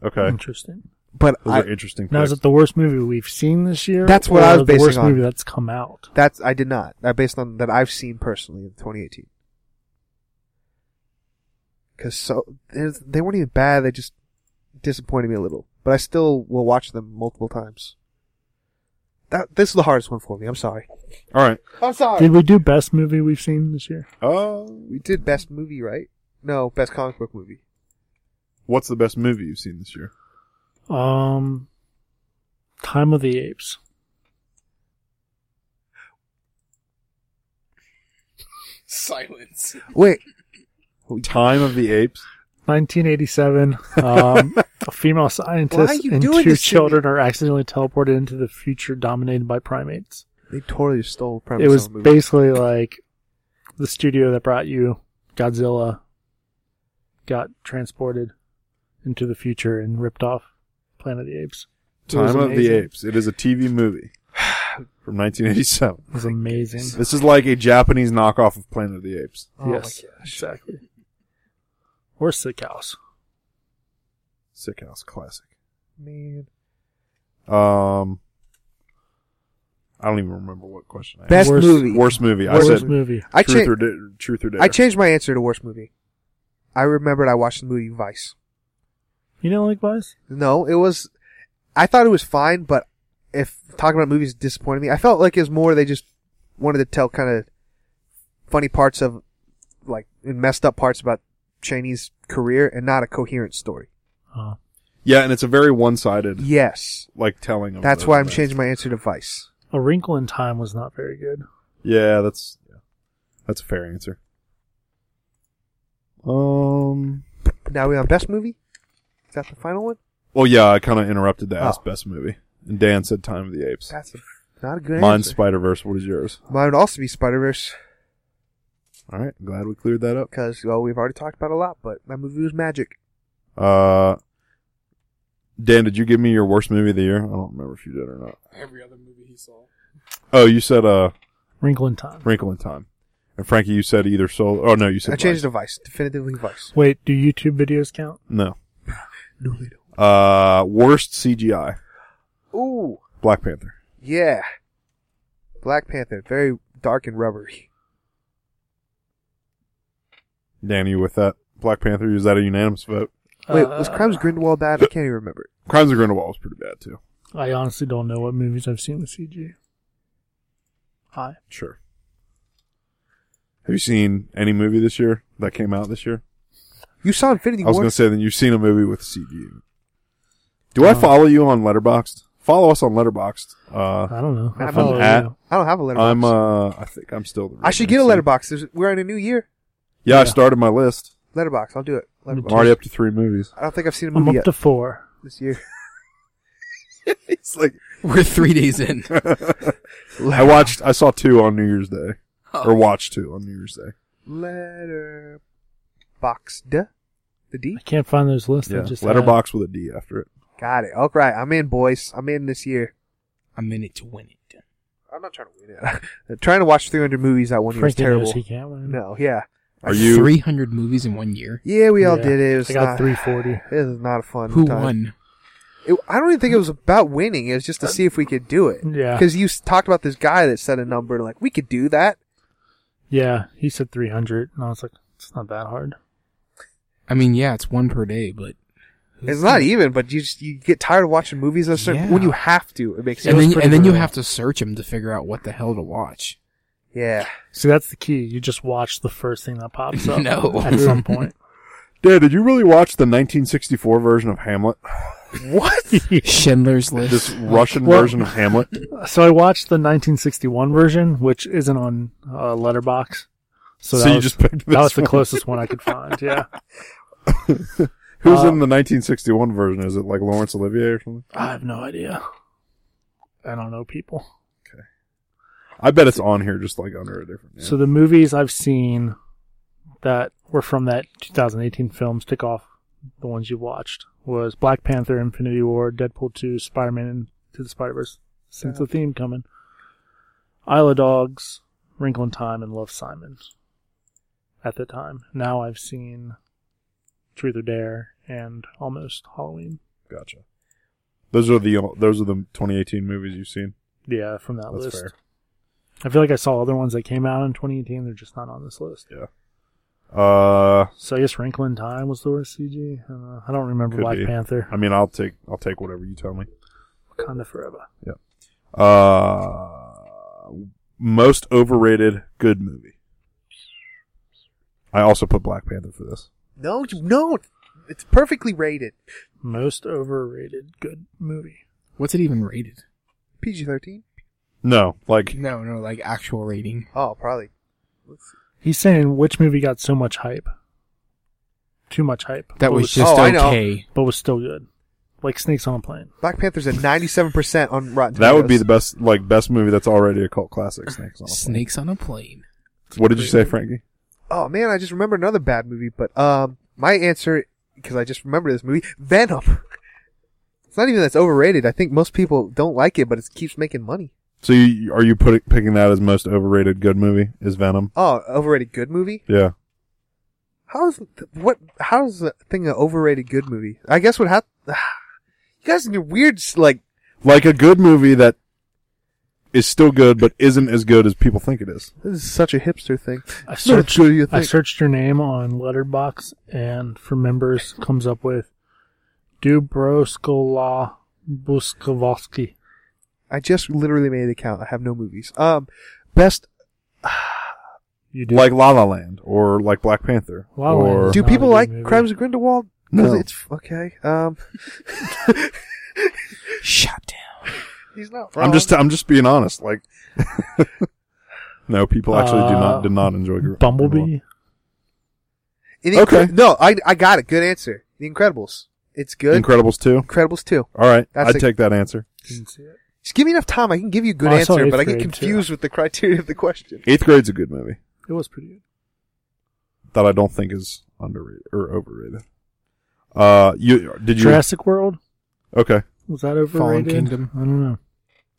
S1: okay.
S3: interesting.
S2: But
S1: Those
S2: Hmm. I,
S1: are interesting.
S3: Now, is
S1: picks.
S3: it the worst movie we've seen this year?
S2: That's what I
S3: or
S2: was
S3: The
S2: basing
S3: worst
S2: on.
S3: movie that's come out.
S2: That's I did not. Uh, based on that I've seen personally in 2018. because so there's- they weren't even bad. They just disappointed me a little, but I still will watch them multiple times. That this is the hardest one for me. I'm sorry.
S1: All right.
S2: I'm sorry.
S3: Did we do best movie we've seen this year?
S1: Uh,
S2: we did best movie, right? No, best comic book movie.
S1: what's the best movie you've seen this year?
S3: Um, Time of the Apes.
S4: Silence.
S2: Wait,
S1: Time of the Apes.
S3: 1987. Um, a female
S2: Why are
S3: scientist
S2: you
S3: and
S2: doing
S3: two
S2: this to
S3: children are accidentally teleported into the future dominated by primates.
S2: they totally stole the premise.
S3: It was
S2: of the movie.
S3: basically like the studio that brought you Godzilla got transported into the future and ripped off Planet of the Apes. It was
S1: Time of the
S3: amazing.
S1: Apes. It is a TV movie from 1987.
S3: It was amazing.
S1: This is like a Japanese knockoff of Planet of the Apes.
S2: Oh my
S3: yes, exactly. Or Sick House.
S1: Sick House classic.
S2: Man.
S1: Um, I don't even remember what question I asked.
S2: Best
S3: Worst-
S2: movie.
S1: Worst movie.
S3: Worst
S1: I said
S3: movie.
S2: I
S1: truth,
S2: changed.
S1: or Di- truth or Dare.
S2: I changed my answer to worst movie. I remembered I watched the movie Vice.
S3: You know, like Vice?
S2: No, it was. I thought it was fine, but if talking about movies disappointed me, I felt like it was more they just wanted to tell kind of funny parts of, like, and messed up parts about Cheney's career and not a coherent story.
S3: Uh,
S1: yeah, and it's a very one-sided
S2: Yes,
S1: like telling of.
S2: that's
S1: the
S2: why I'm
S1: events.
S2: changing my answer to Vice.
S3: a Wrinkle in Time was not very good.
S1: Yeah, that's yeah. that's a fair answer. Um.
S2: Now we on best movie. Is that the final one?
S1: Well, yeah, I kind of interrupted the
S2: Oh.
S1: ask best movie, and Dan said Time of the Apes.
S2: That's a, not a good
S1: Mine's
S2: answer.
S1: Spider Verse. What is yours?
S2: Mine would also be Spider Verse
S1: All right, glad we cleared that up.
S2: because well we've already talked about it a lot, but that movie was magic.
S1: Uh, Dan, did you give me your worst movie of the year? I don't remember if you did or not.
S4: Every other movie he saw.
S1: Oh, you said uh,
S3: Wrinkle in Time.
S1: Wrinkle in Time, and Frankie, you said either Soul. Oh no, you said
S2: I changed
S1: Vice.
S2: to Vice, definitively Vice.
S3: Wait, do YouTube videos count?
S1: no.
S2: No, they don't.
S1: Uh, worst CGI,
S2: Ooh,
S1: Black Panther.
S2: yeah. Black Panther, very dark and rubbery.
S1: Dan, you with that Black Panther? Is that a unanimous vote?
S2: Wait,
S3: Uh,
S2: was Crimes of Grindelwald bad? I can't even remember.
S1: Crimes of Grindelwald was pretty bad too.
S3: I honestly don't know what movies I've seen with CG. Hi.
S1: Sure. Have you seen any movie this year that came out this year?
S2: You saw Infinity
S1: I was
S2: War.
S1: going to say, then you've seen a movie with CG. Do I
S3: Uh,
S1: follow you on Letterboxd? Follow us on Letterboxd. Uh,
S3: I don't know. I
S2: I'm
S3: follow
S1: an at-
S3: you.
S2: I don't have a letterbox.
S1: I'm, uh, I think I'm still the
S2: I should get a
S1: resident.
S2: letterbox. There's, we're in a new year.
S1: Yeah, I
S3: Yeah.
S1: started my list.
S2: Letterbox. I'll do it.
S1: I'm
S2: Letterbox.
S1: already up to three movies.
S2: I don't think I've seen a
S3: I'm
S2: movie
S3: up
S2: yet
S3: to four.
S2: this year.
S1: it's like,
S4: We're three days in.
S1: I watched, I saw two on New Year's Day.
S4: Oh.
S1: Or watched two on New Year's Day.
S2: Letterboxed. The D.
S3: I can't find those lists.
S1: Yeah,
S3: I just
S1: Letterbox with a D after it.
S2: Got it. All right. I'm in, boys. I'm in this year.
S4: I'm in it to win it.
S2: I'm not trying to win it. trying to watch 300 movies that one
S3: Had.
S2: year is
S3: Frankie knows
S2: terrible.
S3: he can't win.
S2: No. Yeah.
S1: Are you?
S4: 300 movies in one year?
S2: Yeah, we all
S3: Yeah.
S2: did it. it was
S3: I got
S2: not-
S3: 340.
S2: It was not a fun.
S4: Who
S2: time.
S4: won?
S2: It, I don't even think it was about winning. It was
S1: Uh,
S2: just to see if we could do it.
S3: Yeah.
S2: Because you s- talked about this guy that said a number, like we could do that.
S3: Yeah, he said 300, and I was like, it's not that hard.
S4: I mean, yeah, it's one per day, but
S2: It's not even, but you just you get tired of watching movies at a certain,
S4: Yeah.
S2: when you have to. It makes
S3: It
S2: sense.
S4: and
S3: was
S4: then
S3: pretty
S4: and then you
S3: brutal.
S4: have to search them to figure out what the hell to watch.
S2: Yeah.
S3: See, that's the key. You just watch the first thing that pops up
S4: No.
S3: at some point.
S1: Dad, did you really watch the 1964 version of Hamlet?
S2: What?
S4: Schindler's List.
S1: This Russian
S3: Well-
S1: version of Hamlet?
S3: So I watched the 1961 version, which isn't on uh, Letterbox. So,
S1: So
S3: that
S1: you
S3: was,
S1: just picked
S3: that
S1: this
S3: was the
S1: one.
S3: closest one I could find. Yeah,
S1: Who's
S3: Uh,
S1: in the 1961 version? Is it like Laurence Olivier or something?
S3: I have no idea. I don't know people.
S1: I bet it's on here just like under a different name.
S3: So the movies I've seen that were from that 2018 film, stick off the ones you've watched, was Black Panther, Infinity War, Deadpool 2, Spider-Man and to the Spider-Verse, since the theme coming, Isle of Dogs, Wrinkle in Time, and Love, Simon at the time. Now I've seen Truth or Dare and Almost Halloween.
S1: gotcha. Those are the those are the 2018 movies you've seen.
S3: Yeah, from that
S1: That's
S3: list.
S1: fair.
S3: I feel like I saw other ones that came out in 2018. They're just not on this list.
S1: Yeah. Uh,
S3: So I guess Wrinkle in Time was the worst CG. I don't, know. I don't remember
S1: Could
S3: Black
S1: be.
S3: Panther.
S1: I mean, I'll take I'll take whatever you tell me.
S3: Wakanda Forever.
S1: Uh, most overrated good movie. I also put Black Panther for this.
S2: No, you- no, it's perfectly rated.
S3: Most overrated good movie.
S4: What's it even rated?
S2: PG thirteen.
S1: No, like
S4: No, no, like actual rating.
S2: Oh, probably.
S3: He's saying which movie got so much hype? Too much hype.
S4: That
S3: but
S4: was just
S2: Oh, I know.
S4: okay.
S3: but was still good. Like Snakes on a Plane.
S2: Black Panther's at ninety seven percent on Rotten.
S1: that would be the
S2: Tomatoes.
S1: best like best movie that's already a cult classic. Snakes on a Plane.
S4: Snakes on a plane.
S1: What did you say, Frankie?
S2: Oh man, I just remember another bad movie. But um, my answer because I just remember this movie, Venom. it's not even that's overrated. I think most people don't like it, but it keeps making money.
S1: So you, are you put, picking that as most overrated good movie? Is Venom?
S2: Oh, overrated good movie.
S1: Yeah.
S2: How is th- what? How is the thing an overrated good movie? I guess what happened. You guys are weird. Like
S1: Like a good movie that is still good but isn't as good as people think it is.
S2: this is such a hipster thing.
S3: I
S2: It's not as
S3: searched,
S2: good as you
S3: I
S2: think.
S3: searched your name on Letterbox and for members comes up with Dubroskola Buskovoski.
S2: I just literally made an account. I have no movies. Um, best.
S3: You do
S1: Like La La Land or like Black Panther.
S3: La La Land
S1: or
S3: is
S2: Do
S3: Not a
S2: people
S3: good
S2: like
S3: movie.
S2: Crimes of Grindelwald? 'Cause
S1: No.
S2: It's okay. Um,
S4: Shut down.
S2: he's not wrong.
S1: I'm just I'm just being honest. Like No, people actually do
S3: Uh,
S1: not did not enjoy Gr- Grindelwald.
S3: Bumblebee.
S2: In the Incre-
S1: okay.
S2: No, I I got it. Good answer. The Incredibles. It's good.
S1: Incredibles 2.
S2: Incredibles too.
S1: All right.
S2: That's
S1: I'd
S2: a-
S1: take that answer.
S3: Didn't see it.
S2: Just give me enough time. I can give you a good
S3: Oh, I saw
S2: answer,
S3: Eighth
S2: but I get
S3: Grade, too.
S2: confused with the criteria of the question.
S1: 8th grade's a good movie
S3: It was pretty good.
S1: that I don't think is underrated or overrated. Uh you did you
S3: Jurassic World?
S1: Okay.
S3: Was that overrated?
S4: Fallen Kingdom.
S3: I don't know.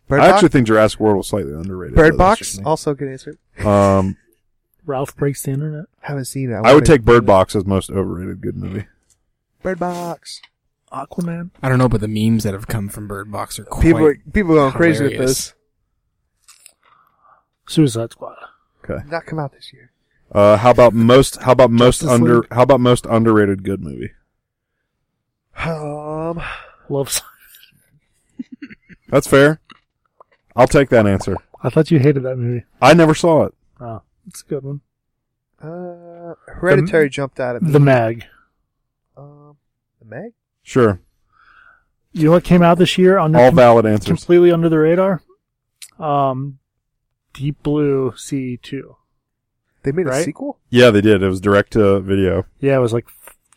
S2: Bird
S1: I
S2: Box.
S1: actually think Jurassic World was slightly underrated.
S2: Bird
S1: but that's
S2: Box. Oh.
S1: just me.
S2: Also good answer.
S1: Um
S3: Ralph breaks the internet.
S2: Haven't seen it.
S1: I would
S2: wanna-
S1: take Bird Box as most overrated good movie.
S2: Bird Box.
S3: Aquaman.
S4: I don't know, but the memes that have come from Bird Box are quite.
S2: People are, people are going crazy with
S4: hilarious.
S2: this.
S3: Suicide Squad.
S1: Okay.
S2: Not come out this year.
S1: Uh, how about most? How about most
S4: Justice
S1: under?
S4: League.
S1: How about most underrated good movie?
S2: Um,
S3: Love. Simon.
S1: That's fair. I'll take that answer.
S3: I thought you hated that movie.
S1: I never saw it.
S3: Oh, it's a good one.
S2: uh, Hereditary jumped out at me.
S3: The Mag.
S2: um, the Meg.
S1: Sure,
S3: You know what came out this year? Under
S1: all
S3: com-
S1: valid answers.
S3: completely under the radar. Um, Deep Blue C E two.
S2: They made a
S3: Right?
S2: sequel.
S1: Yeah, they did. It was direct to video.
S3: Yeah, it was like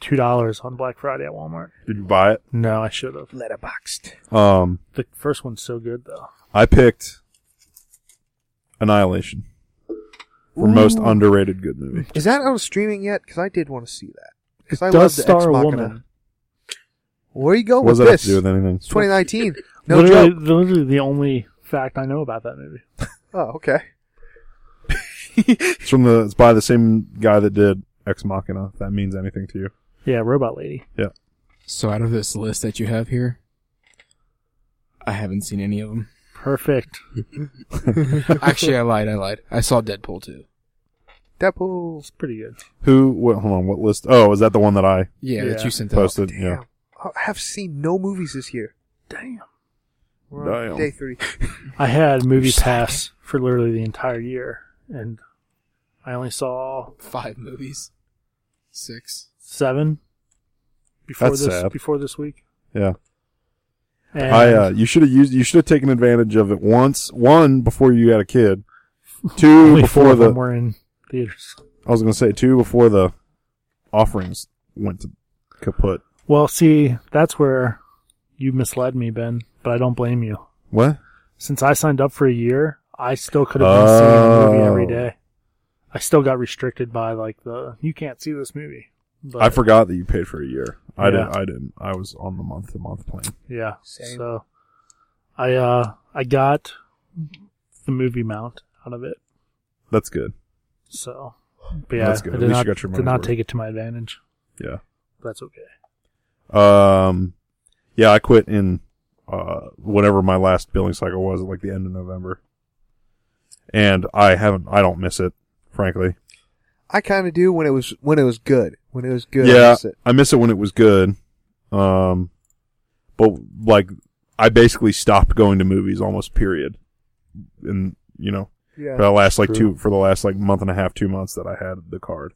S3: two dollars on Black Friday at Walmart.
S1: Did you buy it?
S3: No, I should have.
S2: Letterboxed.
S1: Um,
S3: The first one's so good though.
S1: I picked Annihilation for most
S2: Ooh.
S1: underrated good movie.
S2: Is that on streaming yet? Because I did want to see that.
S3: It
S2: Because I
S3: does
S2: love the Ex
S3: star a
S2: Machina.
S3: woman.
S2: Where you going
S1: What does
S2: with
S1: that have
S2: this?
S1: to do with anything?
S2: It's 2019. No
S3: literally,
S2: joke.
S3: literally the only fact I know about that movie.
S2: Oh, okay.
S1: It's from the. It's by the same guy that did Ex Machina. If that means anything to you?
S3: Yeah, Robot Lady.
S1: Yeah.
S4: So out of this list that you have here, I haven't seen any of them.
S3: Perfect.
S4: Actually, I lied. I lied. I saw Deadpool too.
S2: Deadpool.
S3: It's pretty good.
S1: Who? What, hold on. What list? Oh, is that the one that I
S4: Yeah, that
S3: Yeah.
S4: you sent out.
S1: posted?
S2: Damn.
S1: Yeah.
S2: I have seen no movies this year.
S3: Damn.
S2: We're on
S1: Damn.
S2: Day three.
S3: I had Movie Pass for literally the entire year, and I only saw
S4: Five movies. Six.
S3: seven before
S1: That's
S3: this
S1: sad.
S3: before this week.
S1: Yeah.
S3: And
S1: I uh, you should have used you should have taken advantage of it once one before you had a kid, two
S3: only four
S1: before
S3: of
S1: the
S3: them were in theaters.
S1: I was gonna say two before the offerings went to kaput.
S3: Well, see, that's where you misled me, Ben. But I don't blame you.
S1: What?
S3: Since I signed up for a year, I still could have been seeing a movie
S1: Oh.
S3: every day. I still got restricted by like the you can't see this movie. But,
S1: I forgot that you paid for a year. I
S3: Yeah.
S1: didn't. I didn't. I was on the month to month plan.
S3: Yeah.
S2: Same.
S3: So I uh I got the movie mount out of it.
S1: That's good.
S3: So but yeah,
S1: That's good.
S3: I
S1: At
S3: did
S1: least
S3: not,
S1: you got your
S3: did
S1: money's
S3: not
S1: worth.
S3: take it to my advantage.
S1: Yeah.
S3: That's okay.
S1: Um. Yeah, I quit in uh whatever my last billing cycle was, like the end of November. And I haven't. I don't miss it, frankly.
S2: I kind of do when it was when it was good. When it was good, I
S1: yeah,
S2: miss it.
S1: I miss it when it was good. Um, but like, I basically stopped going to movies almost period, and you know,
S2: Yeah.
S1: for the last like
S3: True.
S1: two for the last like month and a half, two months that I had the card,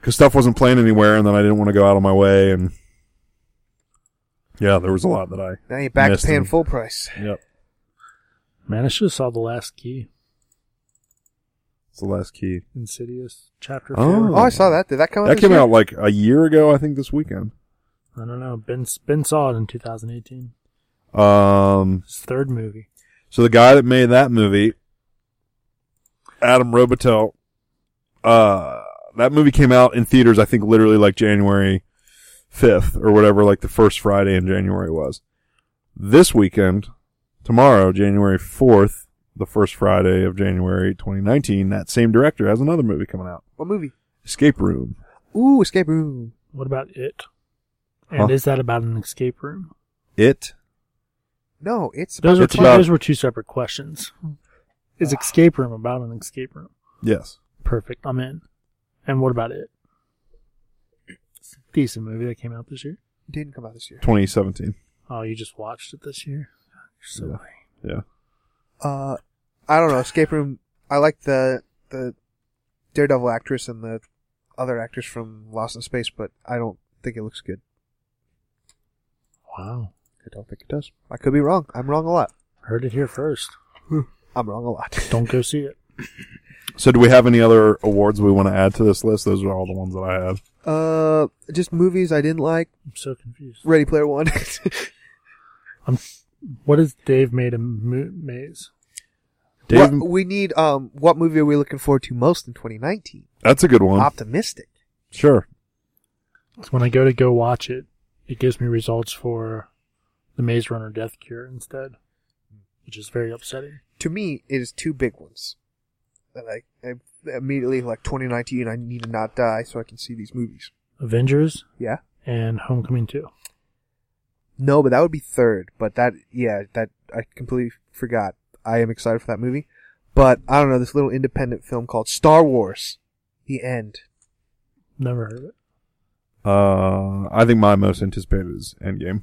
S1: because stuff wasn't playing anywhere, and then I didn't want to go out of my way, and yeah, there was a lot that I
S2: Now you're back
S1: Missed
S2: to paying
S1: him.
S2: full price.
S1: yep.
S3: Man, I should have saw the last key.
S1: It's the last key.
S3: Insidious chapter
S1: Oh.
S3: four.
S2: Oh, I saw that. Did that come out?
S1: That
S2: this
S1: came
S2: year?
S1: out like a year ago, I think, this weekend.
S3: I don't know. Ben Ben saw it in 2018.
S1: Um,
S3: His third movie.
S1: so the guy that made that movie, Adam Robitel, uh, that movie came out in theaters, I think, literally like January 5th or whatever, like the first Friday in January was. This weekend, tomorrow, January 4th, the first Friday of January 2019, that same director has another movie coming out,
S2: What movie?
S1: Escape Room.
S2: Ooh, Escape Room.
S3: What about it? And
S1: Huh?
S3: is that about an escape room?
S1: It
S2: No, it's
S3: Those are
S1: It's
S3: two,
S1: about-
S3: those were two separate questions. Is escape room about an escape room?
S1: Yes.
S3: Perfect. I'm in. And what about it? It's a decent movie that came out this year.
S2: didn't come out this year.
S1: 2017.
S3: Oh, you just watched it this year. God, You're so
S1: Yeah.
S3: lame.
S1: Yeah.
S2: Uh, I don't know. Escape Room. I like the the Daredevil actress and the other actress from Lost in Space, but I don't think it looks good.
S3: Wow.
S2: I don't think it does. I could be wrong. I'm wrong a lot.
S3: Heard it here first.
S2: I'm wrong a lot.
S3: Don't go see it.
S1: So, do we have any other awards we want to add to this list? Those are all the ones that I have.
S2: Uh, just movies I didn't like.
S3: I'm so confused.
S2: Ready Player One.
S3: I'm. What has Dave made a mo- maze?
S1: Dave,
S2: What- we need um, what movie are we looking forward to most in 2019?
S1: that's a good one.
S2: Optimistic.
S1: sure.
S3: So when I go to go watch it, it gives me results for the Maze Runner Death Cure instead, which is very upsetting.
S2: To me, it is two big ones that I, I immediately like 2019. I need to not die so I can see these movies.
S3: Avengers
S2: Yeah.
S3: and Homecoming 2.
S2: No, but that would be third. But that, yeah, that I completely forgot. I am excited for that movie. But I don't know this little independent film called Star Wars: The End.
S3: Never heard of it.
S1: Uh, I think my most anticipated is Endgame.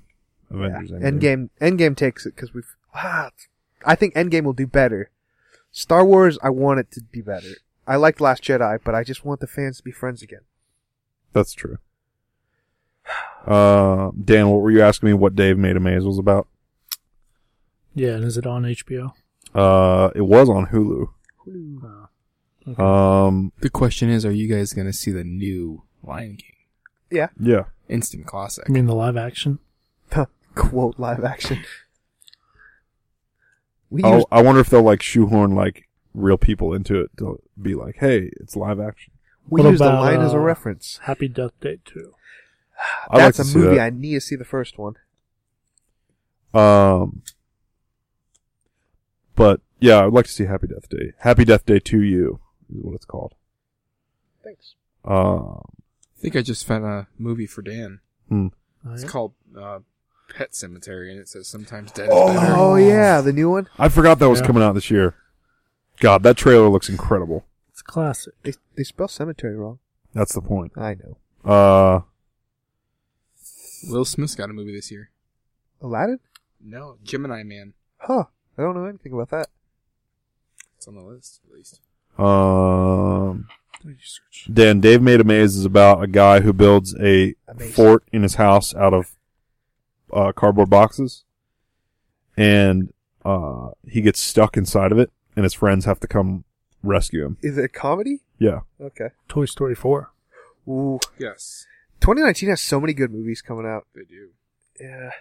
S1: Avengers
S2: yeah.
S1: Endgame.
S2: Endgame. Endgame takes it because we've. Ah, I think Endgame will do better. Star Wars, I want it to be better. I liked Last Jedi, but I just want the fans to be friends again.
S1: That's true. Uh, Dan, what were you asking me? What Dave made a maze was about?
S3: Yeah, and is it on HBO?
S1: Uh, it was on Hulu.
S3: Uh,
S1: Um,
S4: The question is, are you guys gonna see the new Lion King?
S2: Yeah.
S1: yeah.
S4: Instant classic.
S3: I mean, the live action?
S2: Quote live action. We
S1: Oh,
S2: used,
S1: I wonder if they'll like shoehorn like real people into it to be like, hey, it's live action.
S2: we
S3: what
S2: used the
S3: about,
S2: line as a
S3: uh,
S2: reference.
S3: Happy Death Day 2.
S1: I'd like
S2: That's
S1: to
S2: a
S1: see
S2: movie.
S1: that.
S2: I need to see the first one.
S1: Um, but yeah, I would like to see Happy Death Day. Happy Death Day to you is what it's called.
S2: Thanks.
S1: Um,
S4: I think I just found a movie for Dan.
S1: hmm.
S4: It's
S3: Alright.
S4: called uh, Pet Cemetery, and it says sometimes dead
S1: Oh.
S4: is better.
S2: Oh yeah, the new one.
S1: I forgot that was
S3: Yeah.
S1: coming out this year. God, that trailer looks incredible.
S3: It's a classic.
S2: They, they spell cemetery wrong.
S1: That's the point.
S2: I know.
S1: Uh,
S4: Will Smith's got a movie this year.
S2: Aladdin?
S4: No, Gemini Man.
S2: Huh. I don't know anything about that.
S4: It's on the list at least.
S1: um, Dan, Dave Made a Maze is about a guy who builds a
S2: A maze.
S1: fort in his house out of uh, cardboard boxes, and uh, he gets stuck inside of it, and his friends have to come rescue him.
S2: Is it a comedy?
S1: Yeah,
S2: Okay.
S3: Toy Story 4.
S2: Ooh.
S4: Yes,
S2: 2019 has so many good movies coming out.
S4: they do.
S2: Yeah.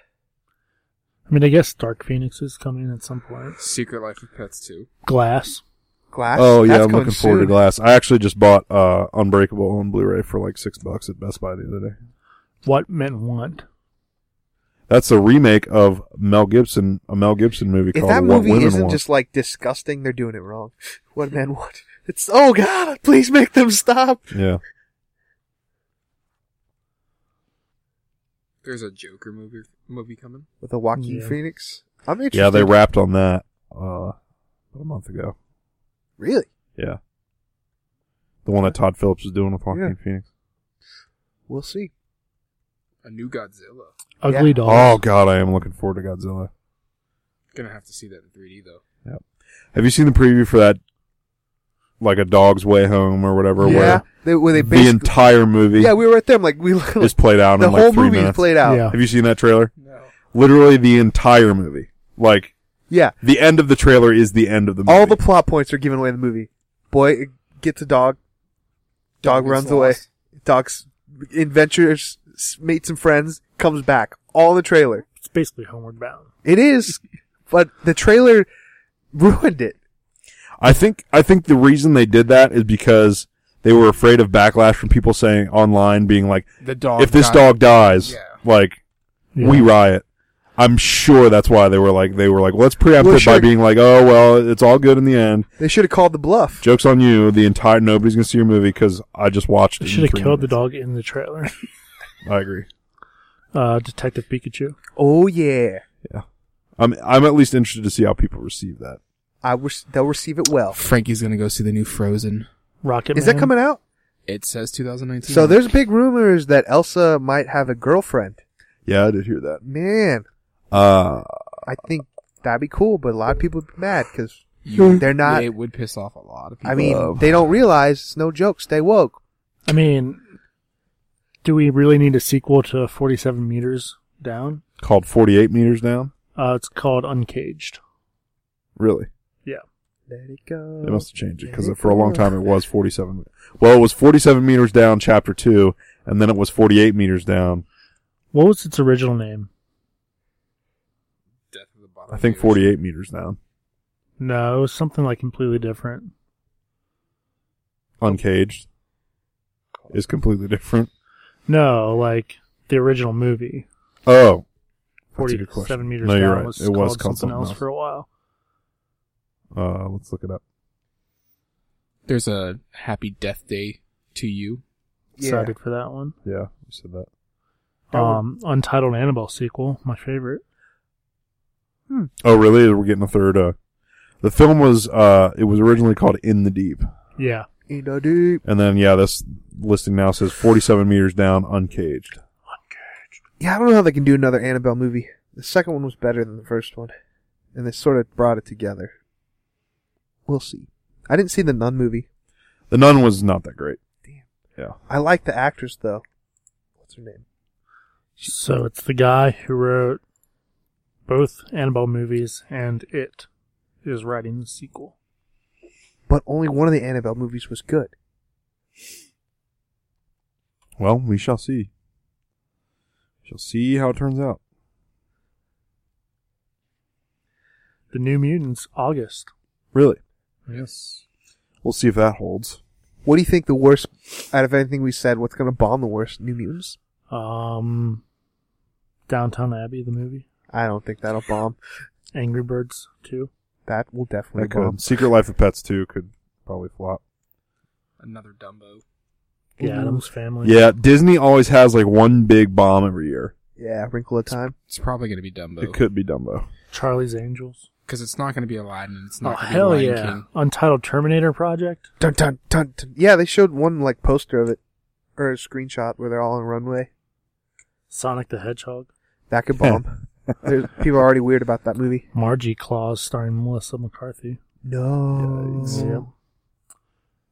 S3: I mean, I guess Dark Phoenix is coming at some point.
S4: Secret Life of Pets too.
S3: Glass.
S2: Glass.
S1: oh yeah,
S2: That's
S1: I'm
S2: coming
S1: looking forward to
S2: soon.
S1: Glass. I actually just bought uh, Unbreakable on Blu-ray for like six bucks at Best Buy the other day.
S3: What Men Want.
S1: That's a remake of Mel Gibson, a Mel Gibson movie
S2: If
S1: called
S2: that
S1: What
S2: movie
S1: Women
S2: isn't
S1: Want.
S2: just like disgusting, they're doing it wrong. What man what? It's oh god, please make them stop.
S1: Yeah,
S4: There's a Joker movie movie coming.
S2: With a Joaquin
S3: Yeah.
S2: Phoenix. I'm interested.
S1: yeah, they wrapped on that uh, about a month ago.
S2: Really?
S1: Yeah, The one that Todd Phillips was doing with Joaquin Phoenix.
S2: We'll see.
S4: A new Godzilla.
S3: Ugly
S2: Yeah.
S3: dolls.
S1: Oh God, I am looking forward to Godzilla.
S4: Gonna have to see that in 3D though.
S1: Have you seen the preview for that? Like a dog's way home or whatever.
S2: yeah,
S1: Where
S2: they, where they
S1: the
S2: basically.
S1: entire movie
S2: yeah, we were right there. I'm like, we the
S1: is played out in like
S2: whole
S1: three
S2: movie
S1: minutes.
S2: played out.
S3: Yeah.
S1: Have you seen that trailer?
S4: No.
S1: Literally the entire movie. Like
S2: Yeah.
S1: the end of the trailer is the end of the movie.
S2: all the plot points are given away in the movie. Boy gets a dog. Dog,
S4: gets
S2: runs
S4: lost.
S2: away. Dog's adventures, s- meets some friends, comes back. All in the trailer.
S3: It's basically Homeward Bound.
S2: It is, but the trailer ruined it.
S1: I think I think the reason they did that is because they were afraid of backlash from people saying online being like,
S4: The dog.
S1: if this
S4: died.
S1: dog dies,
S4: Yeah.
S1: like
S3: Yeah.
S1: we riot. I'm sure that's why they were like they were like let's preempt
S2: Well,
S1: it by
S2: sure.
S1: being like oh well it's all good in the end.
S2: They should have called the bluff.
S1: Jokes on you. The entire nobody's gonna see your movie because I just watched. it
S3: They
S1: in
S3: should have
S1: three
S3: killed the
S1: minutes."
S3: dog in the trailer.
S1: I agree.
S3: Uh, Detective Pikachu.
S2: Oh yeah,
S1: I'm I'm at least interested to see how people receive that.
S2: I wish they'll receive it well.
S4: Frankie's gonna go see the new Frozen.
S3: Rocket
S2: Is
S3: Man.
S2: that coming out?
S4: It says 2019.
S2: So there's big rumors that Elsa might have a girlfriend.
S1: Yeah, I did hear that.
S2: Man,
S1: Uh,
S2: I think that'd be cool, but a lot of people would be mad because
S1: Hmm.
S4: You-
S2: they're not.
S4: It would piss off a lot of people.
S2: I mean,
S1: Love.
S2: they don't realize it's no joke. Stay woke.
S3: I mean, do we really need a sequel to 47 Meters Down?
S1: called 48 meters down.
S3: Uh, it's called Uncaged.
S1: Really,
S3: Yeah.
S2: Let it go.
S1: they must have changed it because
S2: Let
S1: for a long
S2: go.
S1: time it was 47. Well, it was 47 meters down, chapter two, and then it was 48 meters down.
S3: What was its original name?
S4: Death of the Bottom
S1: I think
S4: Feeders.
S1: 48 meters down,
S3: No, it was something like completely different.
S1: uncaged, is completely different.
S3: No, like the original movie.
S1: Oh, That's a good question.
S3: 47 Meters
S1: No,
S3: Down
S1: you're right.
S3: was,
S1: It was
S3: called something else for a while.
S1: uh, let's look it up.
S4: There's a Happy Death Day to you.
S2: Yeah.
S3: Excited for that one.
S1: Yeah, we said that.
S2: That would-
S3: Um, Untitled Annabelle sequel, my favorite.
S1: Oh, really? We're getting a third. Uh, the film was uh, it was originally called In the Deep,
S3: Yeah.
S2: You know, dude.
S1: and then yeah, this listing now says 47 meters down, uncaged.
S2: Yeah, I don't know how they can do another Annabelle movie. The second one was better than the first one, and they sort of brought it together. We'll see. I didn't see the Nun movie.
S1: The Nun was not that great. Damn.
S2: I like the actress though. What's her name?
S3: So it's the guy who wrote both Annabelle movies and It is writing the sequel.
S2: But only one of the Annabelle movies was good.
S1: Yeah. Well, we shall see. Shall see how it turns out.
S3: The New Mutants, August.
S1: Really,
S4: Yes.
S1: we'll see if that holds.
S2: What do you think the worst out of anything we said? What's going to bomb the worst? New Mutants?
S3: Um, Downtown Abbey, the movie.
S2: I don't think that'll bomb.
S3: Angry Birds 2.
S2: That will definitely
S1: That
S2: bomb.
S1: could. Secret Life of Pets too could probably flop.
S4: Another Dumbo.
S3: The
S2: Ooh.
S3: Adams Family.
S1: Yeah, Disney always has like one big bomb every year.
S2: Yeah, Wrinkle of Time.
S4: It's probably gonna be
S1: It
S4: Dumbo
S1: could be Dumbo.
S3: Charlie's Angels.
S4: because it's not gonna be Aladdin. and It's
S3: Oh,
S4: not gonna
S3: hell
S4: be Lion
S3: yeah.
S4: King.
S3: Untitled Terminator Project.
S2: Dun dun dun. dun. Yeah, they showed one like poster of it or a screenshot where they're all on a runway.
S3: Sonic the Hedgehog.
S2: That could bomb. There's, people are already weird about that movie.
S3: Margie Claus starring Melissa McCarthy.
S2: No.
S3: Yep.
S2: Oh,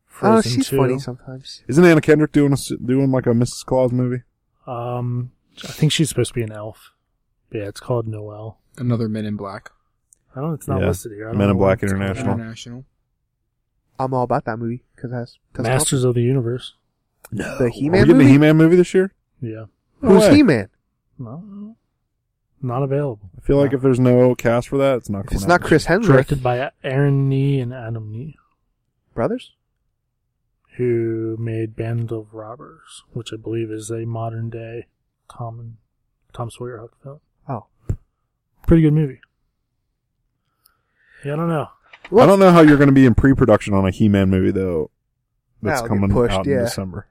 S3: Frozen
S2: she's
S3: 2.
S2: funny sometimes.
S1: Isn't Anna Kendrick doing a s doing like a Mrs. Claus movie?
S3: Um, I think she's supposed to be an elf. But yeah, it's called Noel.
S4: Another Men in Black.
S3: I don't. It's not
S1: Yeah.
S3: listed here. I don't
S1: Men in
S3: know what
S1: Black
S3: it's called.
S1: International.
S4: International.
S2: I'm all about that movie because that's, that's
S3: Masters of the Universe.
S1: No.
S2: The He-Man
S1: Are we getting
S2: movie?
S1: a He-Man movie this year?
S3: Yeah.
S2: awesome. Who's
S1: No way.
S2: He Man?
S3: No. Not available.
S1: I feel like if there's no cast for that, it's not.
S2: If
S1: coming
S2: it's
S1: out
S2: not
S1: this
S2: Chris Hemsworth,
S3: Directed by Aaron Nee and Adam Nee,
S2: brothers.
S3: who made Band of Robbers, which I believe is a modern day Tom and Tom Sawyer Huck film.
S2: Oh,
S3: Pretty good movie. Yeah, I don't know.
S1: year. I don't know how you're going to be in pre-production on a He-Man movie though. That's
S2: That'll get
S1: coming
S2: pushed,
S1: out
S2: yeah.
S1: in December.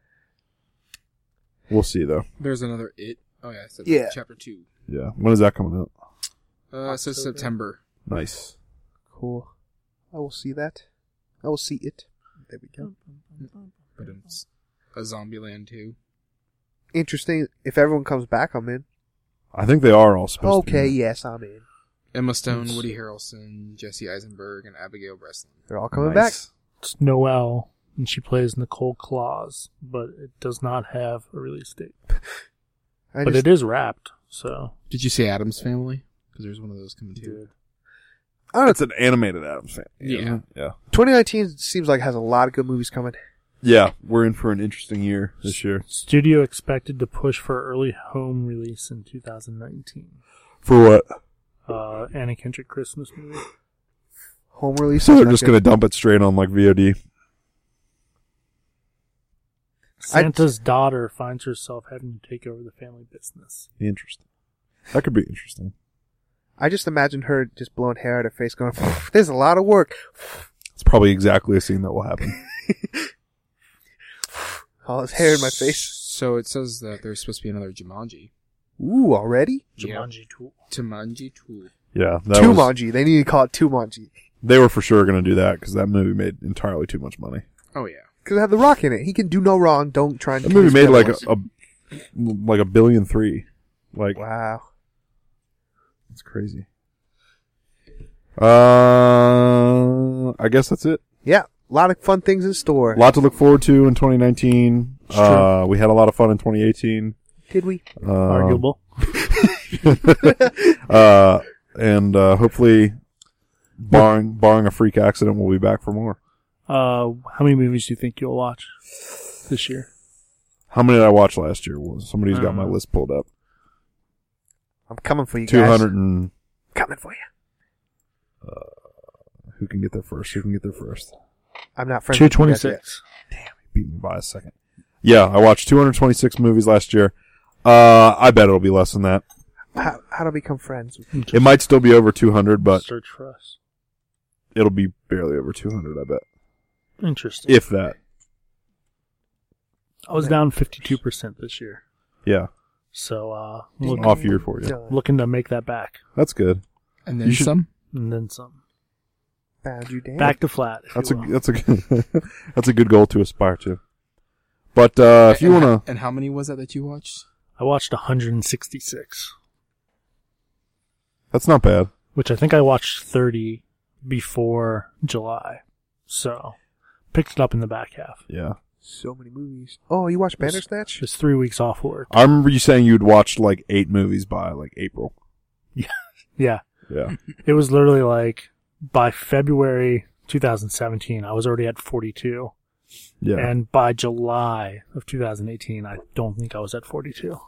S1: We'll see though.
S4: There's another It. Oh yeah, I said
S2: Yeah.
S4: chapter two.
S1: Yeah. When is that coming out?
S4: Uh, it says
S3: October.
S4: September.
S1: Nice.
S2: cool. I will see that. I will see it. There we go.
S4: but it's a Zombieland too.
S2: Interesting. If everyone comes back, I'm in.
S1: I think they are all supposed to.
S2: Okay,
S1: be.
S2: yes, I'm in.
S4: Emma Stone, Woody Harrelson, Jesse Eisenberg, and Abigail Breslin.
S2: They're all coming
S1: Nice.
S3: It's Noelle, and she plays Nicole Claus, but it does not have a release date.
S2: back. I
S3: but
S2: just,
S3: it is wrapped, so
S4: Did you say Adam's Family? Because there's one of those coming too.
S2: I don't know,
S1: Oh, It's an animated Adams fan.
S4: Yeah.
S1: Yeah.
S2: 2019 seems like it has a lot of good movies coming.
S1: Yeah. We're in for an interesting year this year.
S3: Studio expected to push for early home release in 2019.
S1: For what?
S3: Uh, Anna Kendrick Christmas movie.
S2: Home release.
S1: So
S2: is
S1: they're
S2: not
S1: just
S2: good.
S1: going to dump it straight on like VOD.
S2: I-
S3: Santa's daughter finds herself having to take over the family business.
S1: Interesting. That could be interesting.
S2: I just imagine her just blowing hair out of her face, going, "There's a lot of work."
S1: It's probably exactly a scene that will happen.
S2: All this hair in my face.
S4: So it says that there's supposed to be another Jumanji.
S2: Ooh, already?
S3: Jumanji two.
S4: Jumanji two.
S1: Yeah. That was-
S2: Tumanji. They need to call it Tumanji
S1: they were for sure going to do that because that movie made entirely too much money.
S4: Oh yeah.
S2: because it had the Rock in it. He can do no wrong. Don't try and.
S1: That
S2: do
S1: movie
S2: his
S1: made like a,
S2: criminals.
S1: a like a billion three. Like
S2: Wow.
S1: it's crazy. Uh, I guess that's it.
S2: Yeah, a lot of fun things in store.
S1: A lot to look forward to in 2019.
S3: It's true.
S1: Uh, we had a lot of fun in 2018.
S2: Did we?
S1: Um,
S3: Arguable.
S1: uh, and uh, hopefully, barring barring a freak accident, we'll be back for more.
S3: Uh, how many movies do you think you'll watch this year?
S1: How many did I watch last year? Well, somebody's got
S3: Um,
S1: my list pulled up.
S2: I'm coming for you
S1: Two
S2: guys.
S1: hundred and
S2: Coming for you.
S1: who can get there first? Who can get there first?
S2: I'm not friends.
S3: Two
S2: with you
S3: twenty
S2: guys yet.
S3: six.
S1: Beat me by a second. Yeah, I watched 226 movies last year. Uh, I bet it'll be less than that.
S2: How, how do I become friends?
S1: It might still be over 200, but
S3: search for us.
S1: it'll be barely over 200. I bet,
S3: Interesting.
S1: if that.
S3: I was down fifty two percent this year,
S1: Yeah,
S3: so uh,
S1: Well,
S3: look,
S1: off year for you.
S2: Done.
S3: looking to make that back
S1: that's good.
S4: And
S1: You
S4: then
S1: should-
S4: some.
S3: and then some.
S2: Found you, Dan.
S3: Back to flat. if
S1: That's a
S3: you will.
S1: that's a good, that's a good goal to aspire to. But uh, if you
S4: And-
S1: wanna,
S4: And how many was that that you watched?
S3: I watched 166,
S1: that's not bad.
S3: which I think I watched 30 before July. So picked it up in the back half.
S1: Yeah,
S2: So many movies. Oh, you watch Bandersnatch?
S3: Just three weeks off work.
S1: I remember you saying you'd watched like eight movies by like April.
S3: Yeah.
S1: Yeah,
S3: It was literally like by February 2017, I was already at 42.
S1: yeah.
S3: And by July of 2018, I don't think I was at 42.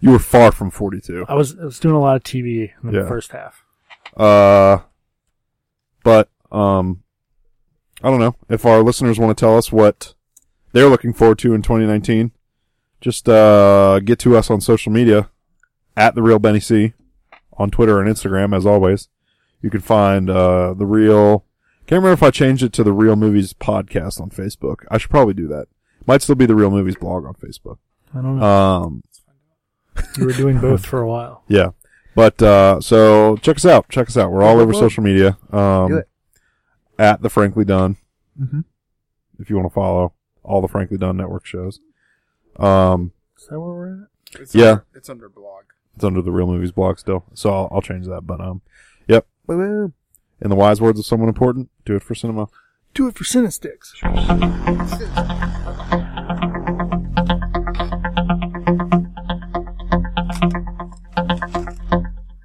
S1: you were far from forty-two.
S3: I was, I was doing a lot of TV in the
S1: Yeah.
S3: first half.
S1: Uh, but um, I don't know if our listeners want to tell us what they're looking forward to in 2019. Just uh, get to us on social media at the real Benny C on Twitter and Instagram, as always. You can find uh, the real. Can't remember if I changed it to the Real Movies podcast on Facebook. I should probably do that. Might still be the Real Movies blog on Facebook.
S3: I don't know.
S1: Um,
S3: you were doing both for a while.
S1: yeah. But uh, so check us out. Check us out. We're all over social media. Um,
S2: Do it.
S1: At the Frankly Done,
S2: Mm-hmm.
S1: if you want to follow all the Frankly Done network shows. Um,
S3: Is that where we're at?
S4: It's
S1: Yeah.
S4: Under, it's under blog.
S1: it's under the Real Movies blog still, so I'll, I'll change that. But um, yep.
S2: Boom, boom.
S1: In the wise words of someone important, do it for cinema.
S3: Do it for Cinesticks.
S5: Thank you.